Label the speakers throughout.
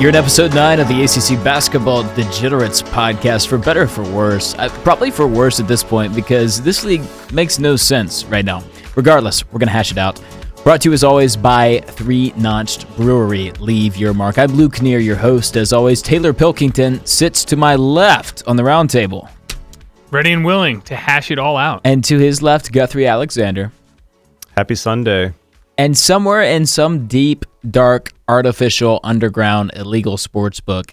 Speaker 1: You're in episode nine of the ACC Basketball Degenerates podcast, for better or for worse. Uh, probably for worse at this point because this league makes no sense right now. Regardless, we're going to hash it out. Brought to you as always by Three Notched Brewery. Leave your mark. I'm Luke Kinnear, your host. As always, Taylor Pilkington sits to my left on the round table.
Speaker 2: Ready and willing to hash it all out.
Speaker 1: And to his left, Guthrie Alexander.
Speaker 3: Happy Sunday.
Speaker 1: And somewhere in some deep, dark, artificial, underground, illegal sports book,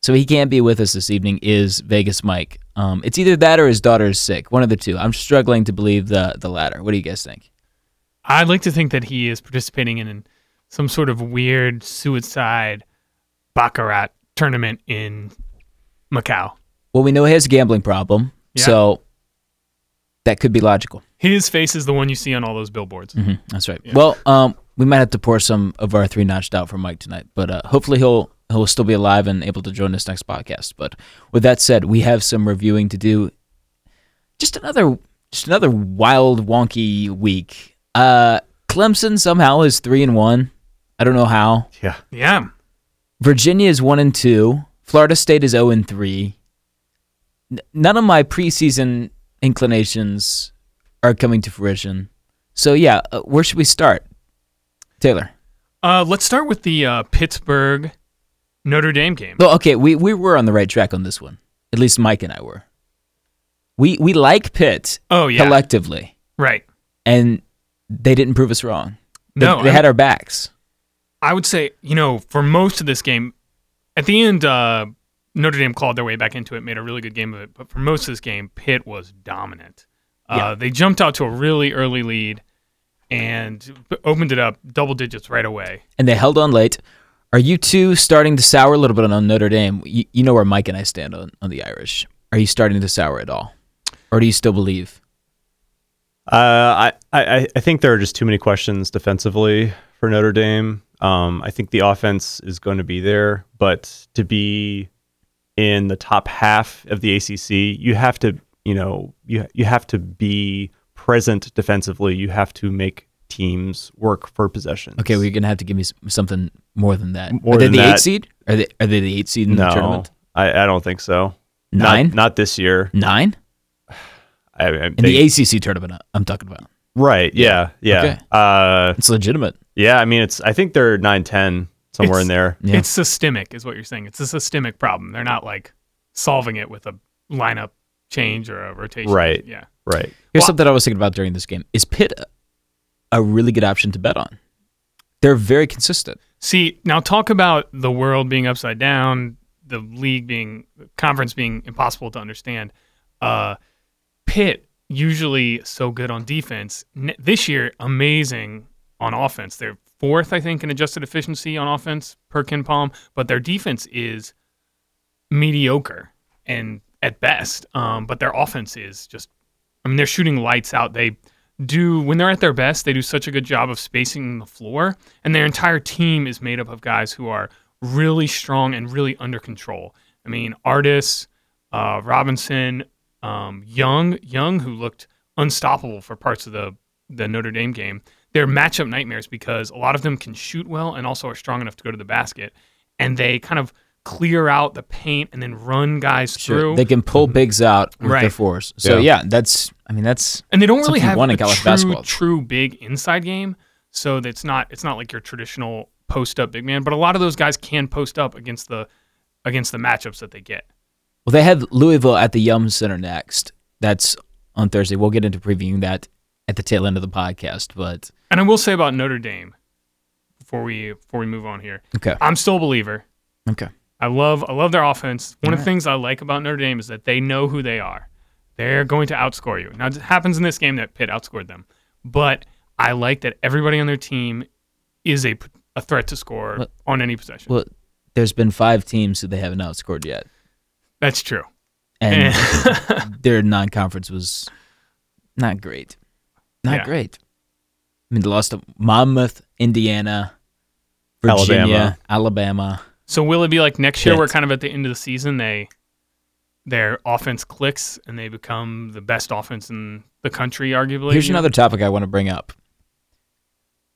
Speaker 1: so he can't be with us this evening, is Vegas Mike. Um, it's either that or his daughter is sick. One of the two. I'm struggling to believe the, the latter. What do you guys think?
Speaker 2: I'd like to think that he is participating in some sort of weird suicide baccarat tournament in Macau.
Speaker 1: Well, we know he has a gambling problem,
Speaker 2: Yeah.
Speaker 1: so that could be logical.
Speaker 2: His face is the one you see on all those billboards.
Speaker 1: Mm-hmm. That's right. Well, um, we might have to pour some of our three notched out for Mike tonight, but uh, hopefully he'll he'll still be alive and able to join us next podcast. But with that said, we have some reviewing to do. Just another just another wild wonky week. Uh, Clemson somehow is three and one. I don't know how.
Speaker 3: Yeah.
Speaker 2: Yeah.
Speaker 1: Virginia is one and two. Florida State is zero and three. N- none of my preseason inclinations are coming to fruition. So yeah, uh, where should we start, Taylor?
Speaker 2: Uh, let's start with the uh, Pittsburgh Notre Dame game.
Speaker 1: No, okay, we we were on the right track on this one. At least Mike and I were. We we like Pitt
Speaker 2: Oh, yeah.
Speaker 1: collectively,
Speaker 2: right.
Speaker 1: and they didn't prove us wrong. They-
Speaker 2: No,
Speaker 1: they,
Speaker 2: I-
Speaker 1: had our backs.
Speaker 2: I would say, you know, for most of this game, at the end, uh, Notre Dame clawed their way back into it, made a really good game of it. But for most of this game, Pitt was dominant. Uh,
Speaker 1: Yeah.
Speaker 2: They jumped out to a really early lead and b- opened it up double digits right away.
Speaker 1: and they held on late. Are you two starting to sour a little bit on Notre Dame? You, you know where Mike and I stand on, on the Irish. Are you starting to sour at all? Or do you still believe?
Speaker 3: Uh, I, I, I think there are just too many questions defensively for Notre Dame. Um, I think the offense is going to be there, but to be in the top half of the ACC, you have to, you know, you, you have to be present defensively. You have to make teams work for possession.
Speaker 1: Okay, well, you're going to have to give me s- something more than that.
Speaker 3: More
Speaker 1: are they
Speaker 3: than
Speaker 1: the eight
Speaker 3: that.
Speaker 1: seed? Are they, are they the eight seed in the
Speaker 3: no,
Speaker 1: tournament?
Speaker 3: I, I don't think so. Not-
Speaker 1: Nine?
Speaker 3: Not, this year.
Speaker 1: Nine?
Speaker 3: I, I,
Speaker 1: In
Speaker 3: they-
Speaker 1: the ACC tournament, I- I'm talking about.
Speaker 3: right. Yeah. Yeah.
Speaker 1: Okay.
Speaker 3: Uh,
Speaker 1: It's legitimate.
Speaker 3: Yeah, I mean it's I think they're 9 10 somewhere
Speaker 2: It's-
Speaker 3: in there.
Speaker 1: Yeah.
Speaker 2: It's systemic, is what you're saying. It's a systemic problem. They're not like solving it with a lineup change or a rotation.
Speaker 3: Right.
Speaker 2: Yeah.
Speaker 3: Right.
Speaker 1: Here's
Speaker 2: Well-
Speaker 1: something I was thinking about during this game. Is Pitt a- a really good option to bet on? They're very consistent.
Speaker 2: See, now talk about the world being upside down, the league being, the conference being impossible to understand. Uh, Pitt, usually so good on defense. N- this year, amazing on offense. They're fourth, I think, in adjusted efficiency on offense per Ken Palm, but their defense is mediocre and at best. Um, but their offense is just, I mean, they're shooting lights out. They do, when they're at their best, they do such a good job of spacing the floor, and their entire team is made up of guys who are really strong and really under control. I mean, artists, uh, Robinson, um, Young, Young, who looked unstoppable for parts of the the Notre Dame game. They're matchup nightmares because a lot of them can shoot well and also are strong enough to go to the basket, and they kind of clear out the paint and then run guys through.
Speaker 1: They can pull bigs out with their
Speaker 2: Right.
Speaker 1: fours. So yeah,
Speaker 3: Mm-hmm. Yeah.
Speaker 1: that's, I mean, that's
Speaker 2: and they don't really
Speaker 1: Something you
Speaker 2: have
Speaker 1: want
Speaker 2: a
Speaker 1: in college
Speaker 2: true,
Speaker 1: basketball.
Speaker 2: true big inside game. So that's not it's not like your traditional post up big man. But a lot of those guys can post up against the against the matchups that they get.
Speaker 1: Well, they have Louisville at the Yum Center next. That's on Thursday. We'll get into previewing that at the tail end of the podcast. But
Speaker 2: And I will say about Notre Dame before we before we move on here,
Speaker 1: okay,
Speaker 2: I'm still a believer.
Speaker 1: okay,
Speaker 2: I love I love their offense. One of the things I like about Notre Dame is that they know who they are. They're going to outscore you. Now it happens in this game that Pitt outscored them, but I like that everybody on their team is a, a threat to score
Speaker 1: Well-
Speaker 2: on any possession.
Speaker 1: well, there's been five teams that they haven't outscored yet,
Speaker 2: That's true.
Speaker 1: and their non-conference was not great, not
Speaker 2: Yeah.
Speaker 1: great. I mean, they lost to Monmouth, Indiana, Virginia, Alabama.
Speaker 2: so will it be like next year?
Speaker 1: Pitt.
Speaker 2: We're kind of at the end of the season. They their offense clicks and they become the best offense in the country, arguably.
Speaker 1: Here's
Speaker 2: you know?
Speaker 1: another topic I want to bring up.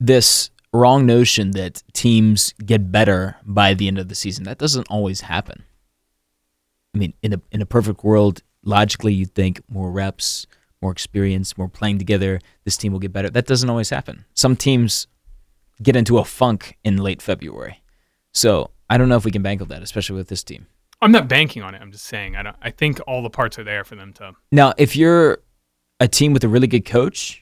Speaker 1: This wrong notion that teams get better by the end of the season. That doesn't always happen. I mean, in a in a perfect world, logically you'd think more reps, more experience, more playing together, this team will get better. That doesn't always happen. Some teams get into a funk in late February. So I don't know if we can bank on that, especially with this team.
Speaker 2: I'm not banking on it. I'm just saying I don't. I think all the parts are there for them to.
Speaker 1: Now, if you're a team with a really good coach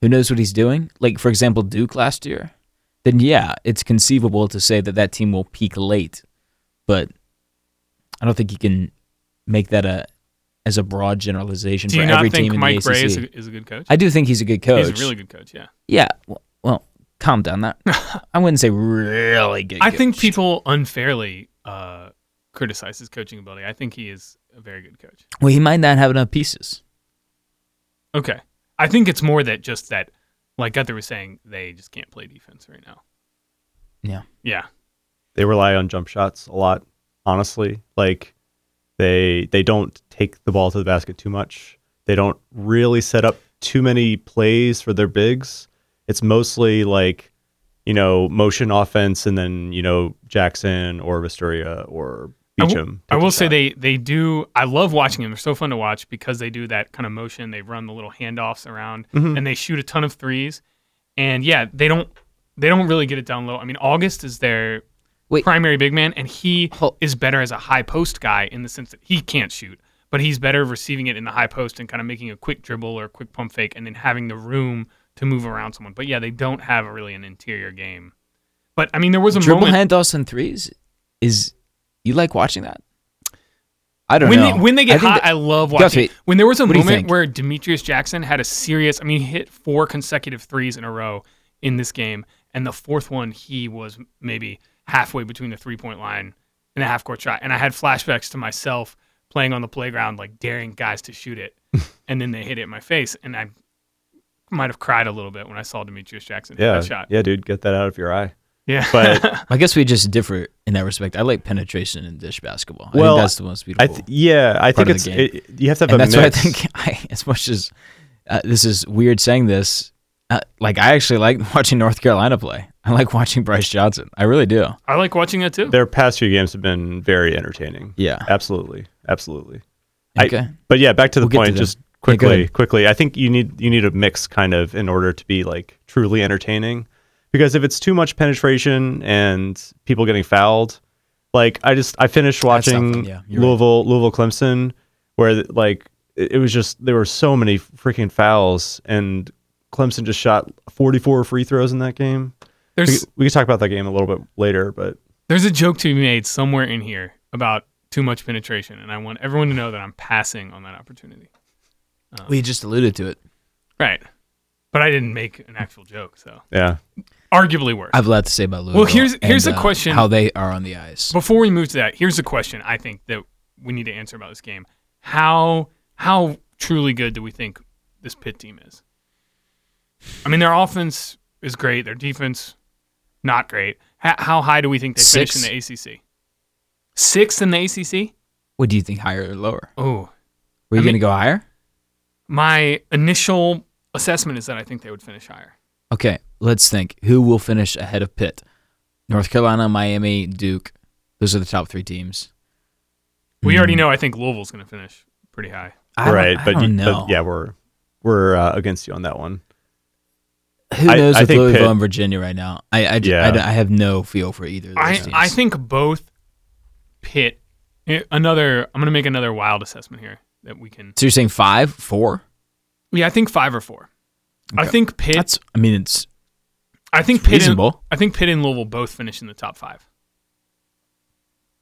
Speaker 1: who knows what he's doing, like for example Duke last year, then yeah, it's conceivable to say that that team will peak late, but I don't think you can make that a as a broad generalization
Speaker 2: Do
Speaker 1: for
Speaker 2: you not
Speaker 1: every
Speaker 2: think
Speaker 1: team in
Speaker 2: Mike
Speaker 1: the ACC.
Speaker 2: Bray is a, is a good coach?
Speaker 1: I do think he's a good coach.
Speaker 2: He's a really good coach. Yeah.
Speaker 1: yeah. Well, well, calm down. That I wouldn't say really good.
Speaker 2: I think
Speaker 1: coach.
Speaker 2: people unfairly uh, criticize his coaching ability. I think he is a very good coach.
Speaker 1: Well, he might not have enough pieces.
Speaker 2: Okay. I think it's more that just that, like Guthrie was saying, they just can't play defense right now.
Speaker 1: Yeah.
Speaker 2: Yeah.
Speaker 3: they rely on jump shots a lot honestly like they they don't take the ball to the basket too much they don't really set up too many plays for their bigs it's mostly like you know motion offense and then you know jackson or vistoria or
Speaker 2: I will-
Speaker 3: beecham
Speaker 2: I
Speaker 3: takes
Speaker 2: will
Speaker 3: a
Speaker 2: say
Speaker 3: shot.
Speaker 2: they they do. I love watching them. They're so fun to watch because they do that kind of motion. They run the little handoffs around
Speaker 1: Mm-hmm.
Speaker 3: Mhm.
Speaker 2: and they shoot a ton of threes. And yeah, they don't they don't really get it down low. I mean, August is their
Speaker 1: Wait.
Speaker 2: primary big man, and he
Speaker 1: Hol-
Speaker 2: is better as a high post guy in the sense that he can't shoot, but he's better receiving it in the high post and kind of making a quick dribble or a quick pump fake, and then having the room to move around someone. But yeah, they don't have really an interior game. But I mean, there was a
Speaker 1: Dribble
Speaker 2: moment.
Speaker 1: handoffs and threes is you like watching that? I don't
Speaker 2: when
Speaker 1: know.
Speaker 2: They, when they get
Speaker 1: I think
Speaker 2: hot,
Speaker 1: that-
Speaker 2: I love watching.
Speaker 1: Guthrie,
Speaker 2: it. when there was a
Speaker 1: what do you
Speaker 2: moment
Speaker 1: think?
Speaker 2: where Demetrius Jackson had a serious, I mean, he hit four consecutive threes in a row in this game, and the fourth one he was maybe halfway between the three point line and a half court shot, and I had flashbacks to myself playing on the playground, like daring guys to shoot it, and then they hit it in my face, and I might have cried a little bit when I saw Demetrius Jackson hit
Speaker 3: yeah
Speaker 2: that shot.
Speaker 3: yeah dude get that out of your eye
Speaker 2: Yeah,
Speaker 3: but
Speaker 1: I guess we just differ in that respect. I like penetration in dish basketball. I
Speaker 3: Well,
Speaker 1: think that's the most
Speaker 3: i
Speaker 1: beautiful.
Speaker 3: th- yeah i
Speaker 1: Part
Speaker 3: think
Speaker 1: of
Speaker 3: it's
Speaker 1: the
Speaker 3: it, you have to have
Speaker 1: and
Speaker 3: a
Speaker 1: that's
Speaker 3: mix.
Speaker 1: why I think I, as much as uh, this is weird saying this, uh, like I actually like watching North Carolina play. I like watching Bryce Johnson. I really do.
Speaker 2: I like watching that too.
Speaker 3: their past few games have been very entertaining
Speaker 1: Yeah.
Speaker 3: absolutely absolutely I-
Speaker 1: Okay.
Speaker 3: but yeah, back to the
Speaker 1: We'll get to
Speaker 3: point.
Speaker 1: them.
Speaker 3: just
Speaker 1: Yeah, go
Speaker 3: quickly,
Speaker 1: ahead.
Speaker 3: quickly. I think you need you need a mix kind of in order to be like truly entertaining, because if it's too much penetration and people getting fouled, like I just I finished watching
Speaker 1: something, yeah, you're right.
Speaker 3: Louisville Louisville Clemson, where like it it was just there were so many freaking fouls and Clemson just shot 44 free throws in that game. We,
Speaker 2: There's
Speaker 3: we can talk about that game a little bit later, but
Speaker 2: There's a joke to be made somewhere in here about too much penetration, and I want everyone to know that I'm passing on that opportunity.
Speaker 1: Uh, we just alluded to it.
Speaker 2: Right. But I didn't make an actual joke, so
Speaker 3: yeah,
Speaker 2: arguably worse.
Speaker 1: I have a lot to say about Louisville.
Speaker 2: Well, here's- here's
Speaker 1: and,
Speaker 2: a
Speaker 1: uh,
Speaker 2: question-
Speaker 1: how they are on the ice.
Speaker 2: Before we move to that, here's a question I think that we need to answer about this game. How how truly good do we think this pit team is? I mean, their offense is great, their defense not great. How, how high do we think they
Speaker 1: Six.
Speaker 2: finish in the ACC? Sixth in the ACC?
Speaker 1: What do you think, higher or lower?
Speaker 2: Oh,
Speaker 1: Were you
Speaker 2: I
Speaker 1: going
Speaker 2: mean-
Speaker 1: to go higher?
Speaker 2: my initial assessment is that I think they would finish higher.
Speaker 1: Okay, let's think. Who will finish ahead of Pitt? North Carolina, Miami, Duke. Those are the top three teams.
Speaker 2: We
Speaker 1: Hmm.
Speaker 2: already know I think Louisville's going to finish pretty high.
Speaker 1: I don't-
Speaker 3: right.
Speaker 1: I
Speaker 3: but, you-
Speaker 1: don't know.
Speaker 3: but yeah, we're we're uh, against you on that one.
Speaker 1: Who
Speaker 3: I-
Speaker 1: knows
Speaker 3: I
Speaker 1: with
Speaker 3: think
Speaker 1: Louisville
Speaker 3: Pitt-
Speaker 1: and Virginia right now? I I, ju-
Speaker 3: Yeah.
Speaker 1: I d- I have no feel for either of those
Speaker 2: I,
Speaker 1: teams.
Speaker 2: I think both Pitt. eh, Another, I'm going to make another wild assessment here that we can.
Speaker 1: so. You're saying five, four?
Speaker 2: Yeah, I think five or four. I
Speaker 1: Okay.
Speaker 2: think Pitt.
Speaker 1: That's I mean it's
Speaker 2: I think Pitt. And,
Speaker 1: reasonable.
Speaker 2: I think Pitt and Louisville both finish in the top five,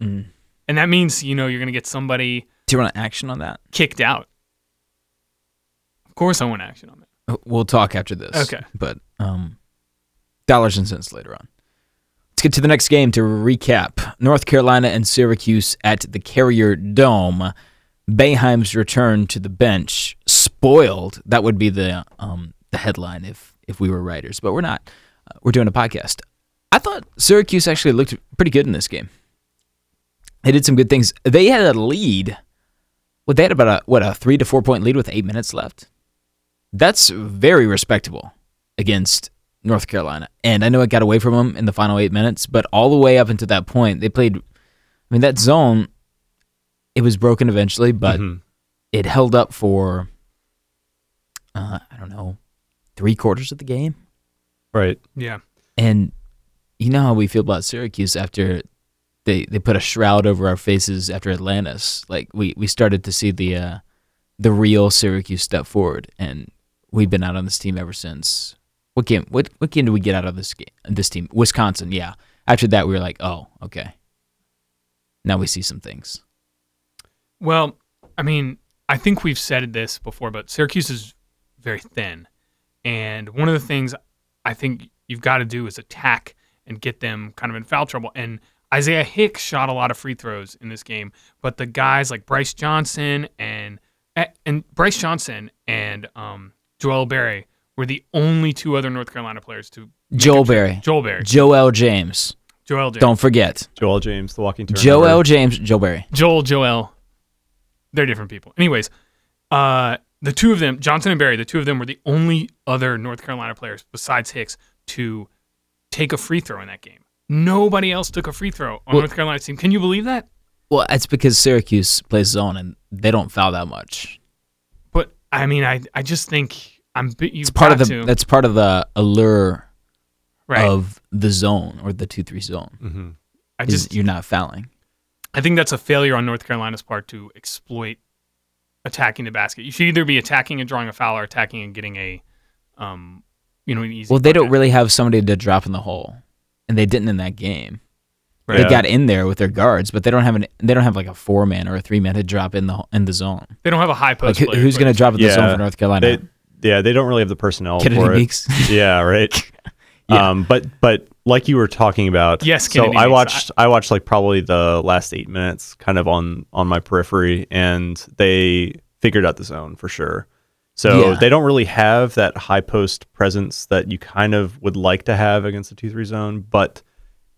Speaker 1: Mm.
Speaker 2: and that means you know you're going to get somebody
Speaker 1: Do you want action on that?
Speaker 2: kicked out. Of course, I want action on it.
Speaker 1: Uh, We'll talk after this.
Speaker 2: Okay.
Speaker 1: But um, dollars and cents later on. Let's get to the next game to recap: North Carolina and Syracuse at the Carrier Dome. Bayheim's return to the bench spoiled. That would be the um, the headline if if we were writers, but we're not. Uh, we're doing a podcast. I thought Syracuse actually looked pretty good in this game. They did some good things. They had a lead. Well, they had about a what a three to four point lead with eight minutes left. That's very respectable against North Carolina. And I know it got away from them in the final eight minutes, but all the way up until that point, they played. I mean, that zone, it was broken eventually, but
Speaker 3: Mhm.
Speaker 1: it held up for, uh, I don't know, three quarters of the game.
Speaker 3: Right.
Speaker 2: Yeah.
Speaker 1: And you know how we feel about Syracuse after they they put a shroud over our faces after Atlantis. Like we we started to see the uh, the real Syracuse step forward, and we've been out on this team ever since. What game? What what game did we get out of this game? This team, Wisconsin. Yeah. After that, we were like, oh, okay. Now we see some things.
Speaker 2: Well, I mean, I think we've said this before, but Syracuse is very thin. And one of the things I think you've got to do is attack and get them kind of in foul trouble. And Isaiah Hicks shot a lot of free throws in this game, but the guys like Bryce Johnson and eh, and Bryce Johnson and um, Joel Berry were the only two other North Carolina players to make a
Speaker 1: Joel
Speaker 2: trip.
Speaker 1: Berry.
Speaker 2: Joel Berry.
Speaker 1: Joel James.
Speaker 2: Joel James.
Speaker 1: Don't forget.
Speaker 3: Joel James, the walking turnover.
Speaker 1: Joel James. Joel Berry.
Speaker 2: Joel, Joel. They're different people. Anyways, uh, the two of them, Johnson and Barry, the two of them were the only other North Carolina players besides Hicks to take a free throw in that game. Nobody else took a free throw on
Speaker 1: Well-
Speaker 2: North Carolina's team. Can you believe that?
Speaker 1: Well, that's because Syracuse plays zone and they don't foul that much.
Speaker 2: But I mean, I, I just think I'm. You
Speaker 1: it's part of the
Speaker 2: to,
Speaker 1: that's part of the allure
Speaker 2: right.
Speaker 1: of the zone or the two three zone
Speaker 3: hmm
Speaker 2: I
Speaker 1: is
Speaker 2: just
Speaker 1: you're not fouling.
Speaker 2: I think that's a failure on North Carolina's part to exploit attacking the basket. You should either be attacking and drawing a foul or attacking and getting a, um, you know, an easy.
Speaker 1: Well, they don't
Speaker 2: bucket.
Speaker 1: really have somebody to drop in the hole, and they didn't in that game. They
Speaker 3: Yeah.
Speaker 1: got in there with their guards, but they don't have an they don't have like a four man or a three man to drop in the in the zone.
Speaker 2: They don't have a high
Speaker 1: Like
Speaker 2: post.
Speaker 1: who,
Speaker 2: player,
Speaker 1: who's
Speaker 2: but-
Speaker 1: going to drop in the
Speaker 3: Yeah.
Speaker 1: zone for North Carolina?
Speaker 3: They, yeah, they don't really have the personnel
Speaker 1: Kennedy
Speaker 3: for it.
Speaker 1: Meeks.
Speaker 3: yeah, right.
Speaker 1: Yeah.
Speaker 3: Um, but but like you were talking about,
Speaker 2: Yes,
Speaker 3: So
Speaker 2: Kennedy
Speaker 3: I
Speaker 2: Meeks.
Speaker 3: watched I, watched like probably the last eight minutes, kind of on on my periphery, and they figured out the zone for sure. So
Speaker 1: Yeah.
Speaker 3: they don't really have that high post presence that you kind of would like to have against the two three zone, but.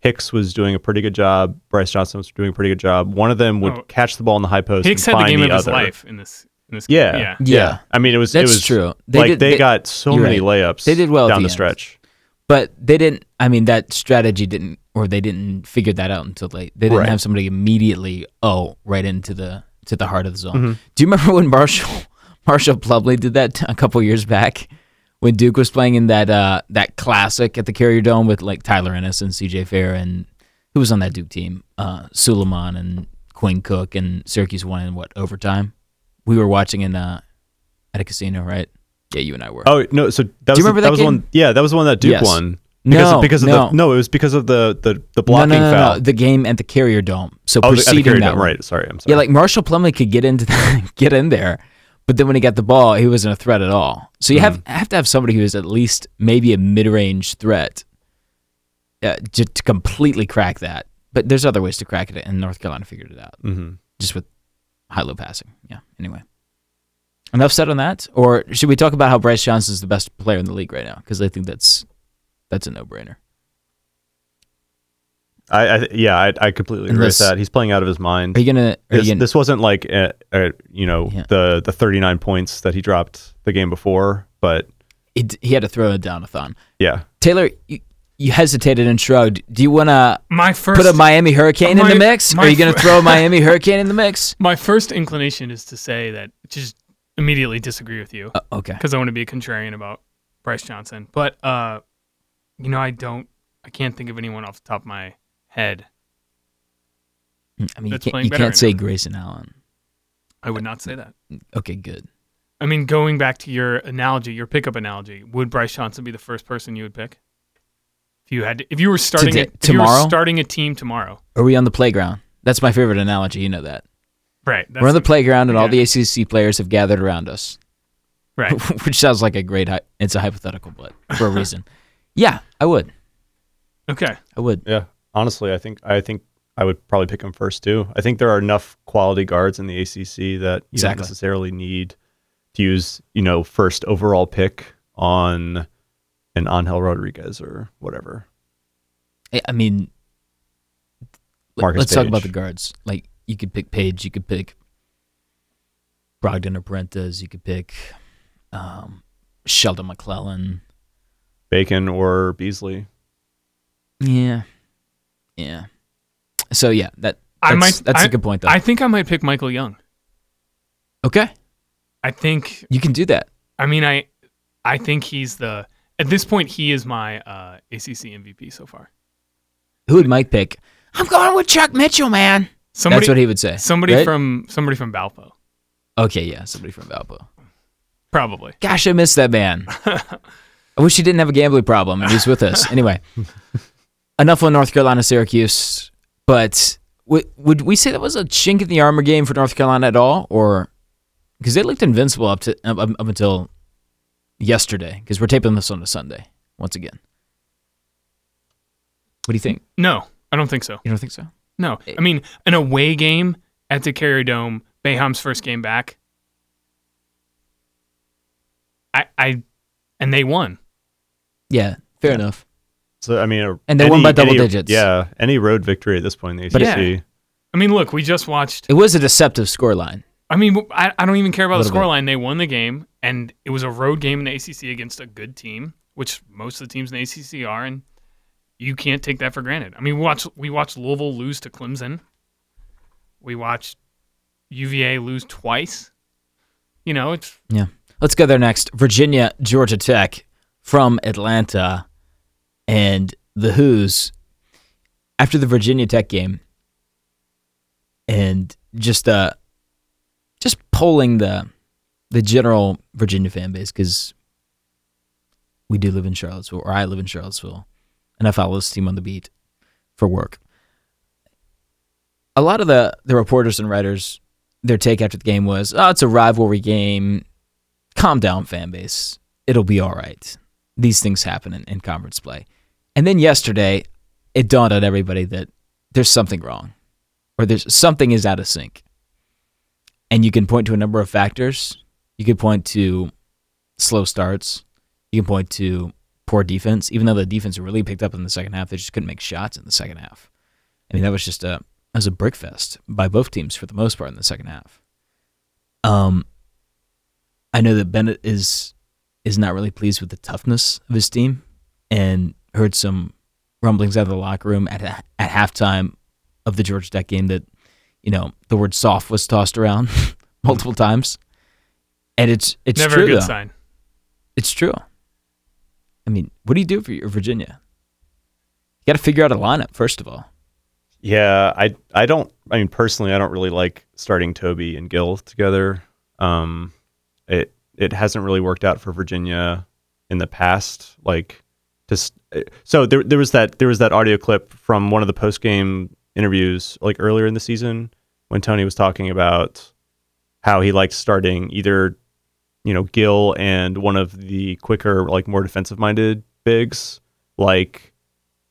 Speaker 3: Hicks was doing a pretty good job. Bryce Johnson was doing a pretty good job. One of them would
Speaker 2: Oh.
Speaker 3: catch the ball in the high post.
Speaker 2: Hicks
Speaker 3: and
Speaker 2: had the
Speaker 3: find
Speaker 2: game of his
Speaker 3: other.
Speaker 2: life in this. In this
Speaker 3: Yeah,
Speaker 2: game. yeah.
Speaker 1: Yeah.
Speaker 3: I mean, it was
Speaker 1: That's
Speaker 3: it was
Speaker 1: true. They
Speaker 3: They like
Speaker 1: did-
Speaker 3: they,
Speaker 1: they-
Speaker 3: got so
Speaker 1: you're
Speaker 3: many layups.
Speaker 1: They did well at
Speaker 3: down
Speaker 1: the end.
Speaker 3: the, stretch.
Speaker 1: But they didn't. I mean, that strategy didn't, or they didn't figure that out until late. They didn't
Speaker 3: Right.
Speaker 1: have somebody immediately. Oh, right into the to the heart of the zone. Do you remember when Marshall Marshall Plumlee did that a couple years back when Duke was playing in that uh, that classic at the Carrier Dome with like Tyler Ennis and C.J. Fair and who was on that Duke team? Uh, Suleiman and Quinn Cook and Syracuse won in what overtime? We were watching in uh, at a casino, right? Yeah, you and I were.
Speaker 3: Oh no! So that was
Speaker 1: remember
Speaker 3: the,
Speaker 1: that
Speaker 3: that was
Speaker 1: game?
Speaker 3: one. Yeah, that was the one that Duke
Speaker 1: Yes.
Speaker 3: won. Because
Speaker 1: No,
Speaker 3: because of
Speaker 1: no.
Speaker 3: the no, it was because of the the, the blocking
Speaker 1: no, no, no,
Speaker 3: foul.
Speaker 1: no, the game at the Carrier Dome. So
Speaker 3: oh, the- at the
Speaker 1: preceding
Speaker 3: carry
Speaker 1: that
Speaker 3: down,
Speaker 1: one.
Speaker 3: right? Sorry, I'm sorry.
Speaker 1: Yeah, like Marshall Plumley could get into the, get in there, but then when he got the ball, he wasn't a threat at all. So you
Speaker 3: Mm-hmm.
Speaker 1: have have to have somebody who is at least maybe a mid range threat uh, to, to completely crack that. But there's other ways to crack it, and North Carolina figured it out
Speaker 3: Mhm.
Speaker 1: just with high low passing. Yeah. Anyway, enough said on that. Or should we talk about how Bryce Johnson is the best player in the league right now? Because I think that's that's a no brainer.
Speaker 3: I, I yeah, I, I completely agree
Speaker 1: Unless-
Speaker 3: with that. He's playing out of his mind.
Speaker 1: Are you gonna? Are
Speaker 3: this,
Speaker 1: you gonna
Speaker 3: this wasn't like uh, uh, you know
Speaker 1: Yeah.
Speaker 3: the the 39 points that he dropped the game before, but
Speaker 1: it, he had to throw it down a thon.
Speaker 3: yeah,
Speaker 1: Taylor, you, you hesitated and shrugged. Do you want to
Speaker 2: My first,
Speaker 1: put a Miami Hurricane in
Speaker 2: My-
Speaker 1: the mix?
Speaker 2: my
Speaker 1: Are you going to
Speaker 2: fir-
Speaker 1: throw a Miami Hurricane in the mix?
Speaker 2: my first inclination is to say that just immediately disagree with you
Speaker 1: Uh, okay.
Speaker 2: because I want to be a contrarian about Bryce Johnson. But uh, you know, I don't, I can't think of anyone off the top of my head.
Speaker 1: I mean, you
Speaker 2: That's
Speaker 1: can't,
Speaker 2: playing
Speaker 1: you
Speaker 2: better
Speaker 1: can't
Speaker 2: right
Speaker 1: say
Speaker 2: now.
Speaker 1: Grayson Allen.
Speaker 2: I would not say that.
Speaker 1: Okay, good.
Speaker 2: I mean, going back to your analogy, your pickup analogy, would Bryce Johnson be the first person you would pick if you had, to, if you were starting
Speaker 1: Today-
Speaker 2: a, if you were
Speaker 1: tomorrow?
Speaker 2: starting a team tomorrow?
Speaker 1: Are we on the playground? That's my favorite analogy. You know that.
Speaker 2: Right. That's
Speaker 1: We're on the playground and all
Speaker 2: yeah.
Speaker 1: the ACC players have gathered around us,
Speaker 2: Right.
Speaker 1: which sounds like a great, hy- it's a hypothetical, but for a reason. yeah, I would.
Speaker 2: Okay.
Speaker 1: I would.
Speaker 3: yeah. Honestly, I think I think I would probably pick him first too. I think there are enough quality guards in the ACC that you
Speaker 1: Exactly.
Speaker 3: don't necessarily need to use you know first overall pick on an Angel Rodriguez or whatever.
Speaker 1: I- I mean, let-
Speaker 3: Marcus
Speaker 1: let's talk about the
Speaker 3: Page.
Speaker 1: guards. Like, you could pick Page, you could pick Brogdon or Prentice, you could pick um, Sheldon McClellan.
Speaker 3: Bacon or Beasley.
Speaker 1: Yeah. Yeah. So yeah, that
Speaker 2: I
Speaker 1: that's,
Speaker 2: might-
Speaker 1: that's a good point though.
Speaker 2: I think I might pick Michael Young.
Speaker 1: okay.
Speaker 2: I think
Speaker 1: You can do that.
Speaker 2: I mean I I think he's the at this point he is my uh, ACC MVP so far.
Speaker 1: Who would Mike pick? I'm going with Chuck Mitchell, man.
Speaker 2: Somebody
Speaker 1: that's what he would say.
Speaker 2: somebody
Speaker 1: right?
Speaker 2: from somebody from Valpo
Speaker 1: Okay, yeah, somebody from Valpo.
Speaker 2: probably.
Speaker 1: Gosh, I miss that man. I wish he didn't have a gambling problem and he's with us. Anyway, enough on North Carolina Syracuse, but w- would we say that was a chink in the armor game for North Carolina at all or because they looked invincible up to up, up up until yesterday because we're taping this on a Sunday once again. What do you think?
Speaker 2: No, I don't think so.
Speaker 1: You don't think so?
Speaker 2: No,
Speaker 1: Eh.
Speaker 2: I mean an away game at the Carry Dome, Bayham's first game back. I I and they won.
Speaker 1: Yeah, fair enough.
Speaker 3: So I mean, a-
Speaker 1: And they won
Speaker 3: any-
Speaker 1: by double
Speaker 3: any-
Speaker 1: digits.
Speaker 3: Yeah, any road victory at this point in the
Speaker 1: But
Speaker 2: it-
Speaker 3: ACC.
Speaker 2: I mean, look, we just watched.
Speaker 1: It was a deceptive scoreline.
Speaker 2: I mean, I, I don't even care about the
Speaker 1: Little bit.
Speaker 2: scoreline. They won the game, and it was a road game in the ACC against a good team, which most of the teams in the ACC are, and you can't take that for granted. I mean, we watched we watched Louisville lose to Clemson. We watched UVA lose twice. You know, it's
Speaker 1: Yeah. Let's go there next. Virginia, Georgia Tech from Atlanta and the Who's after the Virginia Tech game and just uh just polling the the general Virginia fan base cuz we do live in Charlottesville or I live in Charlottesville and I follow this team on the beat for work. A lot of the the reporters and writers their take after the game was, "Oh, it's a rivalry game calm down, fan base. It'll be all right. These things happen in, in conference play. And then yesterday, it dawned on everybody that there's something wrong or there's something is out of sync. And you can point to a number of factors. You could point to slow starts. You can point to poor defense, even though the defense really picked up in the second half. They just couldn't make shots in the second half. I mean, that was just a, that was a brick fest by both teams for the most part in the second half. Um, I know that Bennett is is not really pleased with the toughness of his team, and heard some rumblings out of the locker room at at halftime of the Georgia Tech game that you know the word soft was tossed around multiple times, and it's it's
Speaker 2: never
Speaker 1: true
Speaker 2: a good
Speaker 1: though.
Speaker 2: sign.
Speaker 1: It's true. I mean, what do you do for your Virginia? You got to figure out a lineup first of all.
Speaker 3: Yeah, I I don't. I mean, personally, I don't really like starting Toby and Gil together. Um, it it hasn't really worked out for Virginia in the past. Like, just so there there was that there was that audio clip from one of the post game interviews like earlier in the season when Tony was talking about how he likes starting either you know Gil and one of the quicker like more defensive minded bigs like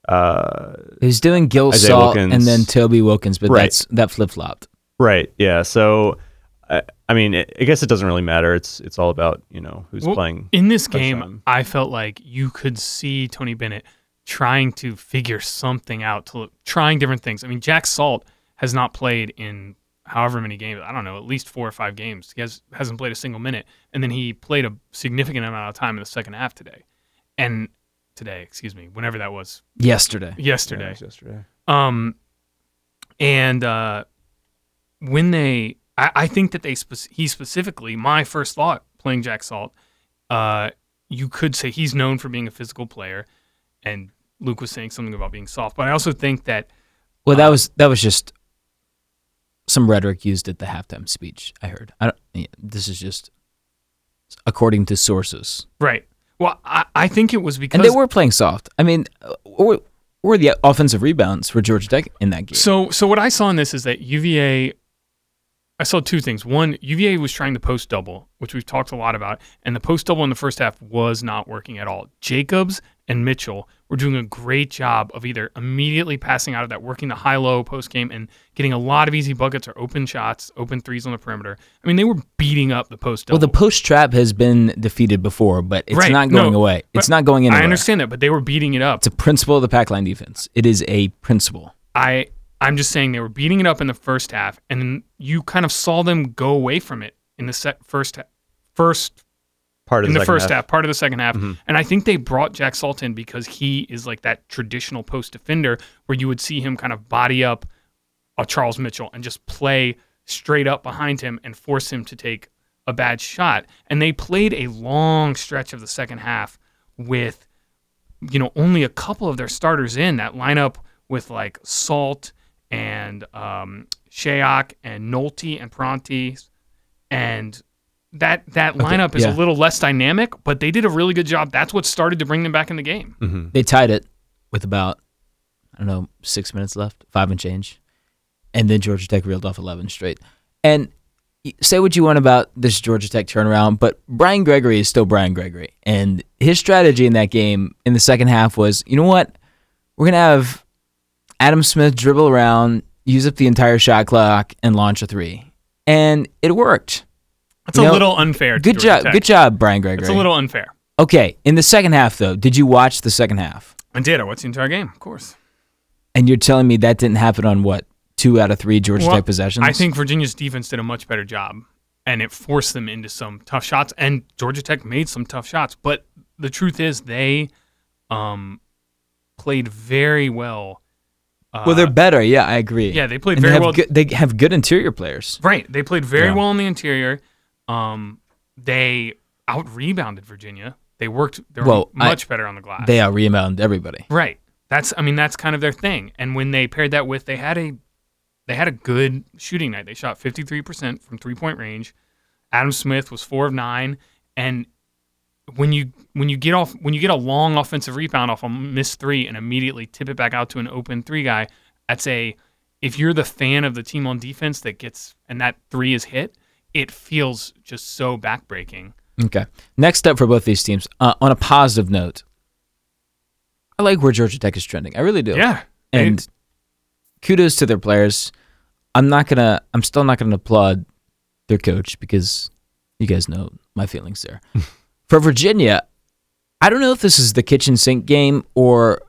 Speaker 3: uh
Speaker 1: He was doing Gil
Speaker 3: Isaiah
Speaker 1: Salt
Speaker 3: Wilkins.
Speaker 1: and then Toby Wilkins, but
Speaker 3: Right.
Speaker 1: that's that flip flopped.
Speaker 3: Right. Yeah. So, I, I mean, it, I guess it doesn't really matter. It's it's all about you know who's
Speaker 2: Well,
Speaker 3: playing.
Speaker 2: In this
Speaker 3: Touchdown.
Speaker 2: game, I felt like you could see Tony Bennett trying to figure something out, to look, trying different things. I mean, Jack Salt has not played in however many games. I don't know, at least four or five games. He has hasn't played a single minute, and then he played a significant amount of time in the second half today, and today, excuse me, whenever that was,
Speaker 1: Yesterday,
Speaker 3: Yeah, it
Speaker 2: yesterday.
Speaker 3: was yesterday.
Speaker 2: Um, and uh, when they, I, I think that they spec- he specifically, my first thought playing Jack Salt, uh, you could say he's known for being a physical player, and Luke was saying something about being soft, but I also think that
Speaker 1: Well,
Speaker 2: Uh,
Speaker 1: that was that was just some rhetoric used at the halftime speech. I heard. I don't. Yeah, this is just according to sources,
Speaker 2: right. Well, I, I think it was because
Speaker 1: and they were playing soft. I mean, uh, or or the offensive rebounds for Georgia Tech in that game.
Speaker 2: So, so what I saw in this is that UVA. I saw two things. One, UVA was trying to post double, which we've talked a lot about, and the post double in the first half was not working at all. Jacobs and Mitchell were doing a great job of either immediately passing out of that, working the high low post game, and getting a lot of easy buckets or open shots, open threes on the perimeter. I mean, they were beating up the post
Speaker 1: well,
Speaker 2: double.
Speaker 1: the post trap has been defeated before, but it's
Speaker 2: Right,
Speaker 1: not going
Speaker 2: no,
Speaker 1: away.
Speaker 2: but
Speaker 1: It's not going anywhere.
Speaker 2: I understand that, but they were beating it up.
Speaker 1: It's a principle of the pack line defense. It is a principle.
Speaker 2: I I'm just saying they were beating it up in the first half, and then you kind of saw them go away from it in the set first first
Speaker 3: part of
Speaker 2: in
Speaker 3: the,
Speaker 2: the
Speaker 3: second
Speaker 2: first half.
Speaker 3: half.
Speaker 2: part of the second half.
Speaker 3: Mhm.
Speaker 2: And I think they brought Jack Salt in because he is like that traditional post defender where you would see him kind of body up a Charles Mitchell and just play straight up behind him and force him to take a bad shot. And they played a long stretch of the second half with, you know, only a couple of their starters in that lineup with like Salt and um, Shayok and Nolte and Pronti. And that that lineup is
Speaker 1: yeah.
Speaker 2: a little less dynamic, but they did a really good job. That's what started to bring them back in the game.
Speaker 3: Mhm.
Speaker 1: They tied it with about I don't know six minutes left, five and change, and then Georgia Tech reeled off eleven straight. And y- say what you want about this Georgia Tech turnaround, but Brian Gregory is still Brian Gregory, and his strategy in that game in the second half was, you know what, we're gonna have Adam Smith dribble around, use up the entire shot clock, and launch a three, and it worked.
Speaker 2: That's
Speaker 1: You
Speaker 2: a
Speaker 1: know,
Speaker 2: little unfair. To
Speaker 1: Good
Speaker 2: Georgia
Speaker 1: job,
Speaker 2: Tech.
Speaker 1: good job, Brian Gregory.
Speaker 2: It's a little unfair.
Speaker 1: okay. In the second half, though, did you watch the second half?
Speaker 2: I did. I watched the entire game, of course.
Speaker 1: And you're telling me that didn't happen on what two out of three Georgia
Speaker 2: Well,
Speaker 1: Tech possessions?
Speaker 2: I think Virginia's defense did a much better job, and it forced them into some tough shots. And Georgia Tech made some tough shots, but the truth is they um, played very well. Uh,
Speaker 1: Well, they're better. Yeah, I agree.
Speaker 2: yeah, they played
Speaker 1: And
Speaker 2: very
Speaker 1: have
Speaker 2: well.
Speaker 1: good- they have good interior players.
Speaker 2: Right, they played very
Speaker 1: Yeah.
Speaker 2: well in the interior. Um, they out rebounded Virginia. They worked. They were
Speaker 1: Well, I-
Speaker 2: much better on the glass.
Speaker 1: They out rebound everybody.
Speaker 2: Right. That's I mean that's kind of their thing. And when they paired that with they had a they had a good shooting night. They shot 53% from three-point range. Adam Smith was 4 of 9 and when you when you get off when you get a long offensive rebound off a missed 3 and immediately tip it back out to an open 3 guy, that's a if you're the fan of the team on defense that gets and that 3 is hit, it feels just so backbreaking.
Speaker 1: Okay. Next up for both these teams, uh, on a positive note, I like where Georgia Tech is trending. I really do.
Speaker 2: Yeah.
Speaker 1: And kudos to their players. I'm not gonna. I'm still not gonna applaud their coach because you guys know my feelings there. For Virginia, I don't know if this is the kitchen sink game or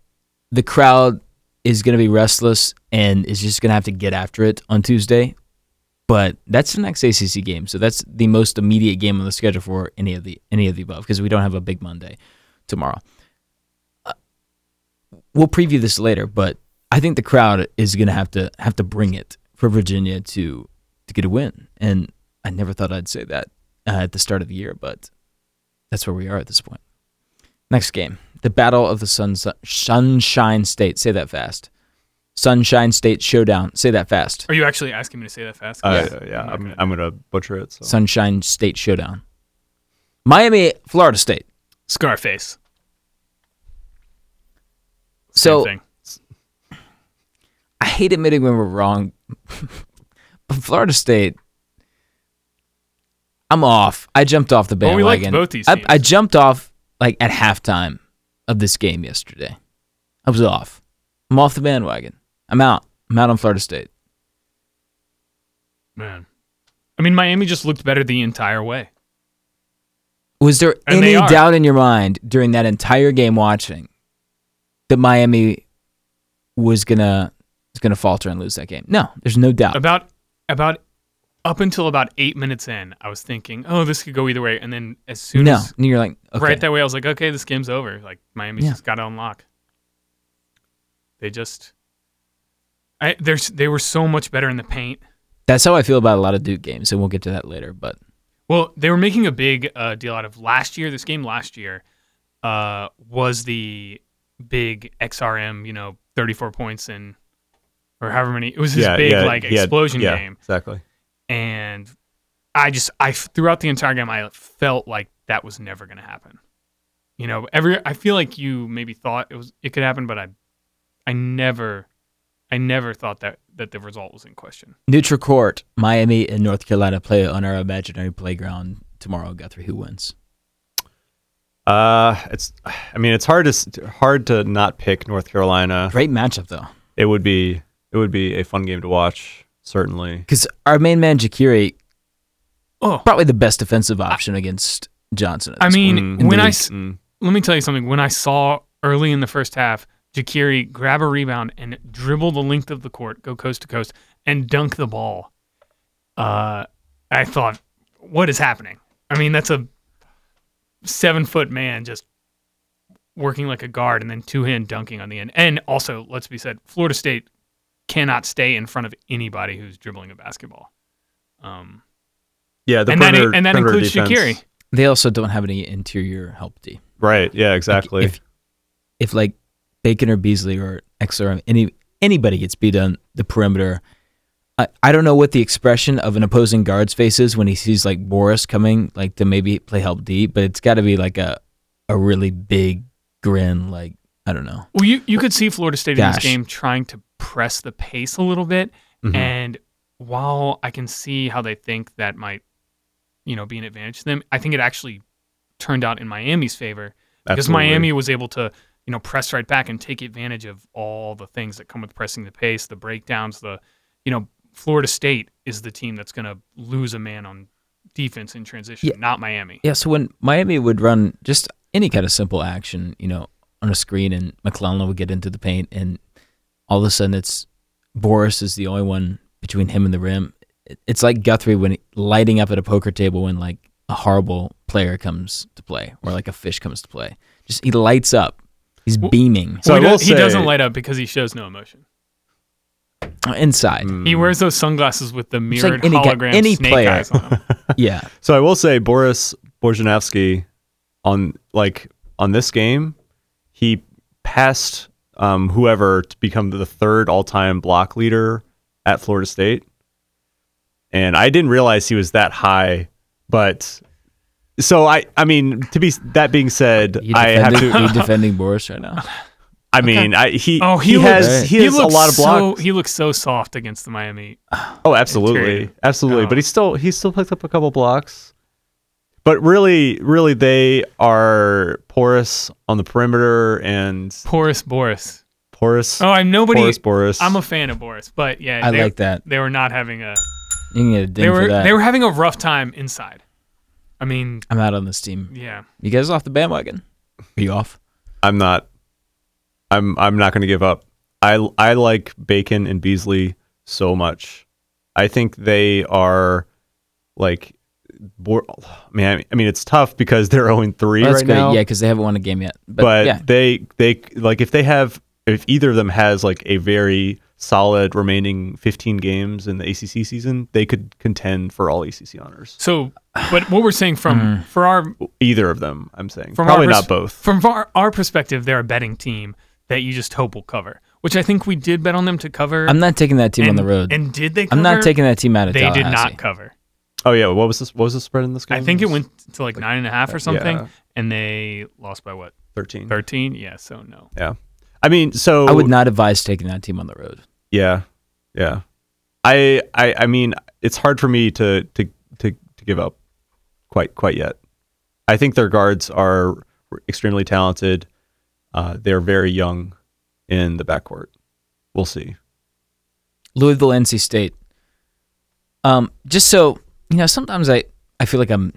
Speaker 1: the crowd is gonna be restless and is just gonna have to get after it on Tuesday. But that's the next ACC game, so that's the most immediate game on the schedule for any of the any of the above because we don't have a big Monday tomorrow Uh, we'll preview this later, but I think the crowd is going to have to have to bring it for Virginia to to get a win. And I never thought I'd say that uh, at the start of the year, but that's where we are at this point. Next game, the Battle of the Sun Sunshine State. Say that fast. Sunshine State Showdown. Say that fast.
Speaker 2: Are you actually asking me to say that fast?
Speaker 3: Uh, yeah,
Speaker 2: not
Speaker 3: I'm,
Speaker 2: gonna-
Speaker 3: I'm gonna butcher it. So.
Speaker 1: Sunshine State Showdown. Miami, Florida State.
Speaker 2: Scarface.
Speaker 1: So
Speaker 2: Same thing.
Speaker 1: I hate admitting when we're wrong, but Florida State, I'm off. I jumped off the
Speaker 2: Well, we
Speaker 1: bandwagon.
Speaker 2: liked both these
Speaker 1: I,
Speaker 2: teams.
Speaker 1: I jumped off like at halftime of this game yesterday. I was off. I'm off the bandwagon. I'm out. I'm out on Florida State.
Speaker 2: Man. I mean, Miami just looked better the entire way.
Speaker 1: Was there
Speaker 2: And
Speaker 1: any
Speaker 2: they are.
Speaker 1: doubt in your mind during that entire game watching that Miami was gonna was gonna falter and lose that game? No, there's no doubt.
Speaker 2: About about up until about eight minutes in, I was thinking, oh, this could go either way. And then as soon
Speaker 1: No,
Speaker 2: as
Speaker 1: and you're like okay.
Speaker 2: right that way, I was like, okay, this game's over. Like Miami's
Speaker 1: Yeah.
Speaker 2: just got to unlock. They just, I there's they were so much better in the paint.
Speaker 1: That's how I feel about a lot of Duke games, and we'll get to that later. But
Speaker 2: Well, they were making a big uh, deal out of last year. This game last year uh, was the big XRM, you know, 34 points and or however many. It was his
Speaker 3: yeah,
Speaker 2: big
Speaker 3: yeah,
Speaker 2: like
Speaker 3: yeah,
Speaker 2: explosion
Speaker 3: yeah,
Speaker 2: game,
Speaker 3: Exactly.
Speaker 2: and I just I throughout the entire game I felt like that was never going to happen. You know, every I feel like you maybe thought it was it could happen, but I I never I never thought that that the result was in question.
Speaker 1: Neutral court, Miami and North Carolina play on our imaginary playground tomorrow. Guthrie, who wins?
Speaker 3: Uh, it's. I mean, it's hard to s- hard to not pick North Carolina.
Speaker 1: Great matchup though,
Speaker 3: It would be it would be a fun game to watch. Certainly.
Speaker 1: because our main man Jakiri,
Speaker 2: Oh,
Speaker 1: probably the best defensive option against Johnson. at
Speaker 2: I
Speaker 1: this
Speaker 2: mean,
Speaker 3: Mm,
Speaker 1: in
Speaker 2: when
Speaker 1: the
Speaker 2: I
Speaker 1: league.
Speaker 2: s-
Speaker 3: Mm.
Speaker 2: let me tell you something. When I saw early in the first half, Jakiri grab a rebound and dribble the length of the court, go coast to coast, and dunk the ball, uh, I thought, what is happening? I mean, that's a seven foot man just working like a guard and then two hand dunking on the end. And also, let's be said, Florida State cannot stay in front of anybody who's dribbling a basketball. Um,
Speaker 3: Yeah, the
Speaker 2: and that,
Speaker 3: perimeter,
Speaker 2: and that
Speaker 3: perimeter
Speaker 2: includes
Speaker 3: defense.
Speaker 2: Shakiri.
Speaker 1: They also don't have any interior help D.
Speaker 3: Right. Yeah.
Speaker 1: Like,
Speaker 3: Exactly.
Speaker 1: If, if like Bacon or Beasley or Exler, any anybody gets beat on the perimeter, I, I don't know what the expression of an opposing guard's face is when he sees like Boris coming, like to maybe play help D, but it's got to be like a a really big grin, like I don't know.
Speaker 2: Well, you, you could see Florida State in
Speaker 1: Gosh.
Speaker 2: this game trying to press the pace a little bit.
Speaker 3: Mhm.
Speaker 2: And while I can see how they think that might, you know, be an advantage to them, I think it actually turned out in Miami's favor because
Speaker 3: Absolutely.
Speaker 2: Miami was able to, you know, press right back and take advantage of all the things that come with pressing the pace, the breakdowns, the, you know, Florida State is the team that's going to lose a man on defense in transition,
Speaker 1: Yeah.
Speaker 2: not Miami.
Speaker 1: Yeah, so when Miami would run just any kind of simple action, you know, on a screen and McClellan would get into the paint and all of a sudden it's Boris is the only one between him and the rim. It- It's like Guthrie when lighting up at a poker table when like a horrible player comes to play or like a fish comes to play. Just he lights up. He's
Speaker 2: Well-
Speaker 1: beaming
Speaker 3: So
Speaker 2: Well, he,
Speaker 3: I will
Speaker 2: does, he doesn't
Speaker 3: say-
Speaker 2: light up because he shows no emotion.
Speaker 1: inside.
Speaker 3: Mm.
Speaker 2: He wears those sunglasses with the
Speaker 1: like
Speaker 2: mirrored
Speaker 1: any guy-
Speaker 2: hologram
Speaker 1: any
Speaker 2: snake
Speaker 1: player.
Speaker 2: eyes on them.
Speaker 1: Yeah.
Speaker 3: So I will say Boris Borjanovsky on like on this game, he passed um, whoever to become the third all-time block leader at Florida State. And I didn't realize he was that high, but so I I mean to be that being said,
Speaker 1: You
Speaker 3: I have
Speaker 1: defending,
Speaker 3: to
Speaker 1: you defending Boris right now.
Speaker 3: I mean I he
Speaker 2: Oh, he,
Speaker 3: he, has
Speaker 1: looks-
Speaker 3: he has a
Speaker 2: looks
Speaker 3: lot of blocks.
Speaker 2: So, he looks so soft against the Miami.
Speaker 3: Oh, absolutely,
Speaker 2: interior.
Speaker 3: absolutely.
Speaker 2: Oh.
Speaker 3: But he still he still picked up a couple blocks. But really, really, they are porous on the perimeter and
Speaker 2: Porous Boris.
Speaker 3: porous,
Speaker 2: Oh, I'm nobody.
Speaker 3: porous, porous.
Speaker 2: I'm a fan of Boris, but yeah,
Speaker 1: I
Speaker 2: they,
Speaker 1: like that.
Speaker 2: they were not having a.
Speaker 1: You can get a ding
Speaker 2: They
Speaker 1: for
Speaker 2: were
Speaker 1: that.
Speaker 2: they were having a rough time inside. I mean,
Speaker 1: I'm out on this team.
Speaker 2: yeah.
Speaker 1: You guys off the bandwagon? Are you off?
Speaker 3: I'm not. I'm I'm not going to give up. I I like Bacon and Beasley so much. I think they are like. Bor- man, I mean it's tough because they're 0 3
Speaker 1: Well,
Speaker 3: right now.
Speaker 1: Yeah, because they haven't won a game yet. But,
Speaker 3: but,
Speaker 1: yeah,
Speaker 3: they they like if they have if either of them has like a very solid remaining 15 games in the ACC season, they could contend for all ACC honors.
Speaker 2: So, but what we're saying from
Speaker 1: Hmm.
Speaker 2: for our
Speaker 3: Either of them, I'm saying.
Speaker 2: From
Speaker 3: Probably
Speaker 2: our pers-
Speaker 3: not both.
Speaker 2: from our, our perspective, they're a betting team that you just hope will cover, which I think we did bet on them to cover.
Speaker 1: I'm not taking that team
Speaker 2: and,
Speaker 1: on the road.
Speaker 2: And did they? Cover?
Speaker 1: I'm not taking that team out of
Speaker 2: They did
Speaker 1: Tallahassee.
Speaker 2: not cover.
Speaker 3: Oh yeah, what was this? What was the spread in this game?
Speaker 2: I think it went to like nine and a half or something,
Speaker 3: yeah.
Speaker 2: and they lost by what
Speaker 3: 13.
Speaker 2: thirteen? Yeah, so no.
Speaker 3: Yeah. I mean, so
Speaker 1: I would not advise taking that team on the road.
Speaker 3: Yeah, yeah. I I I mean, it's hard for me to to to to give up quite quite yet. I think their guards are extremely talented. Uh, they're very young in the backcourt. We'll see.
Speaker 1: Louisville, NC State. Um, just so you know, sometimes I I feel like I'm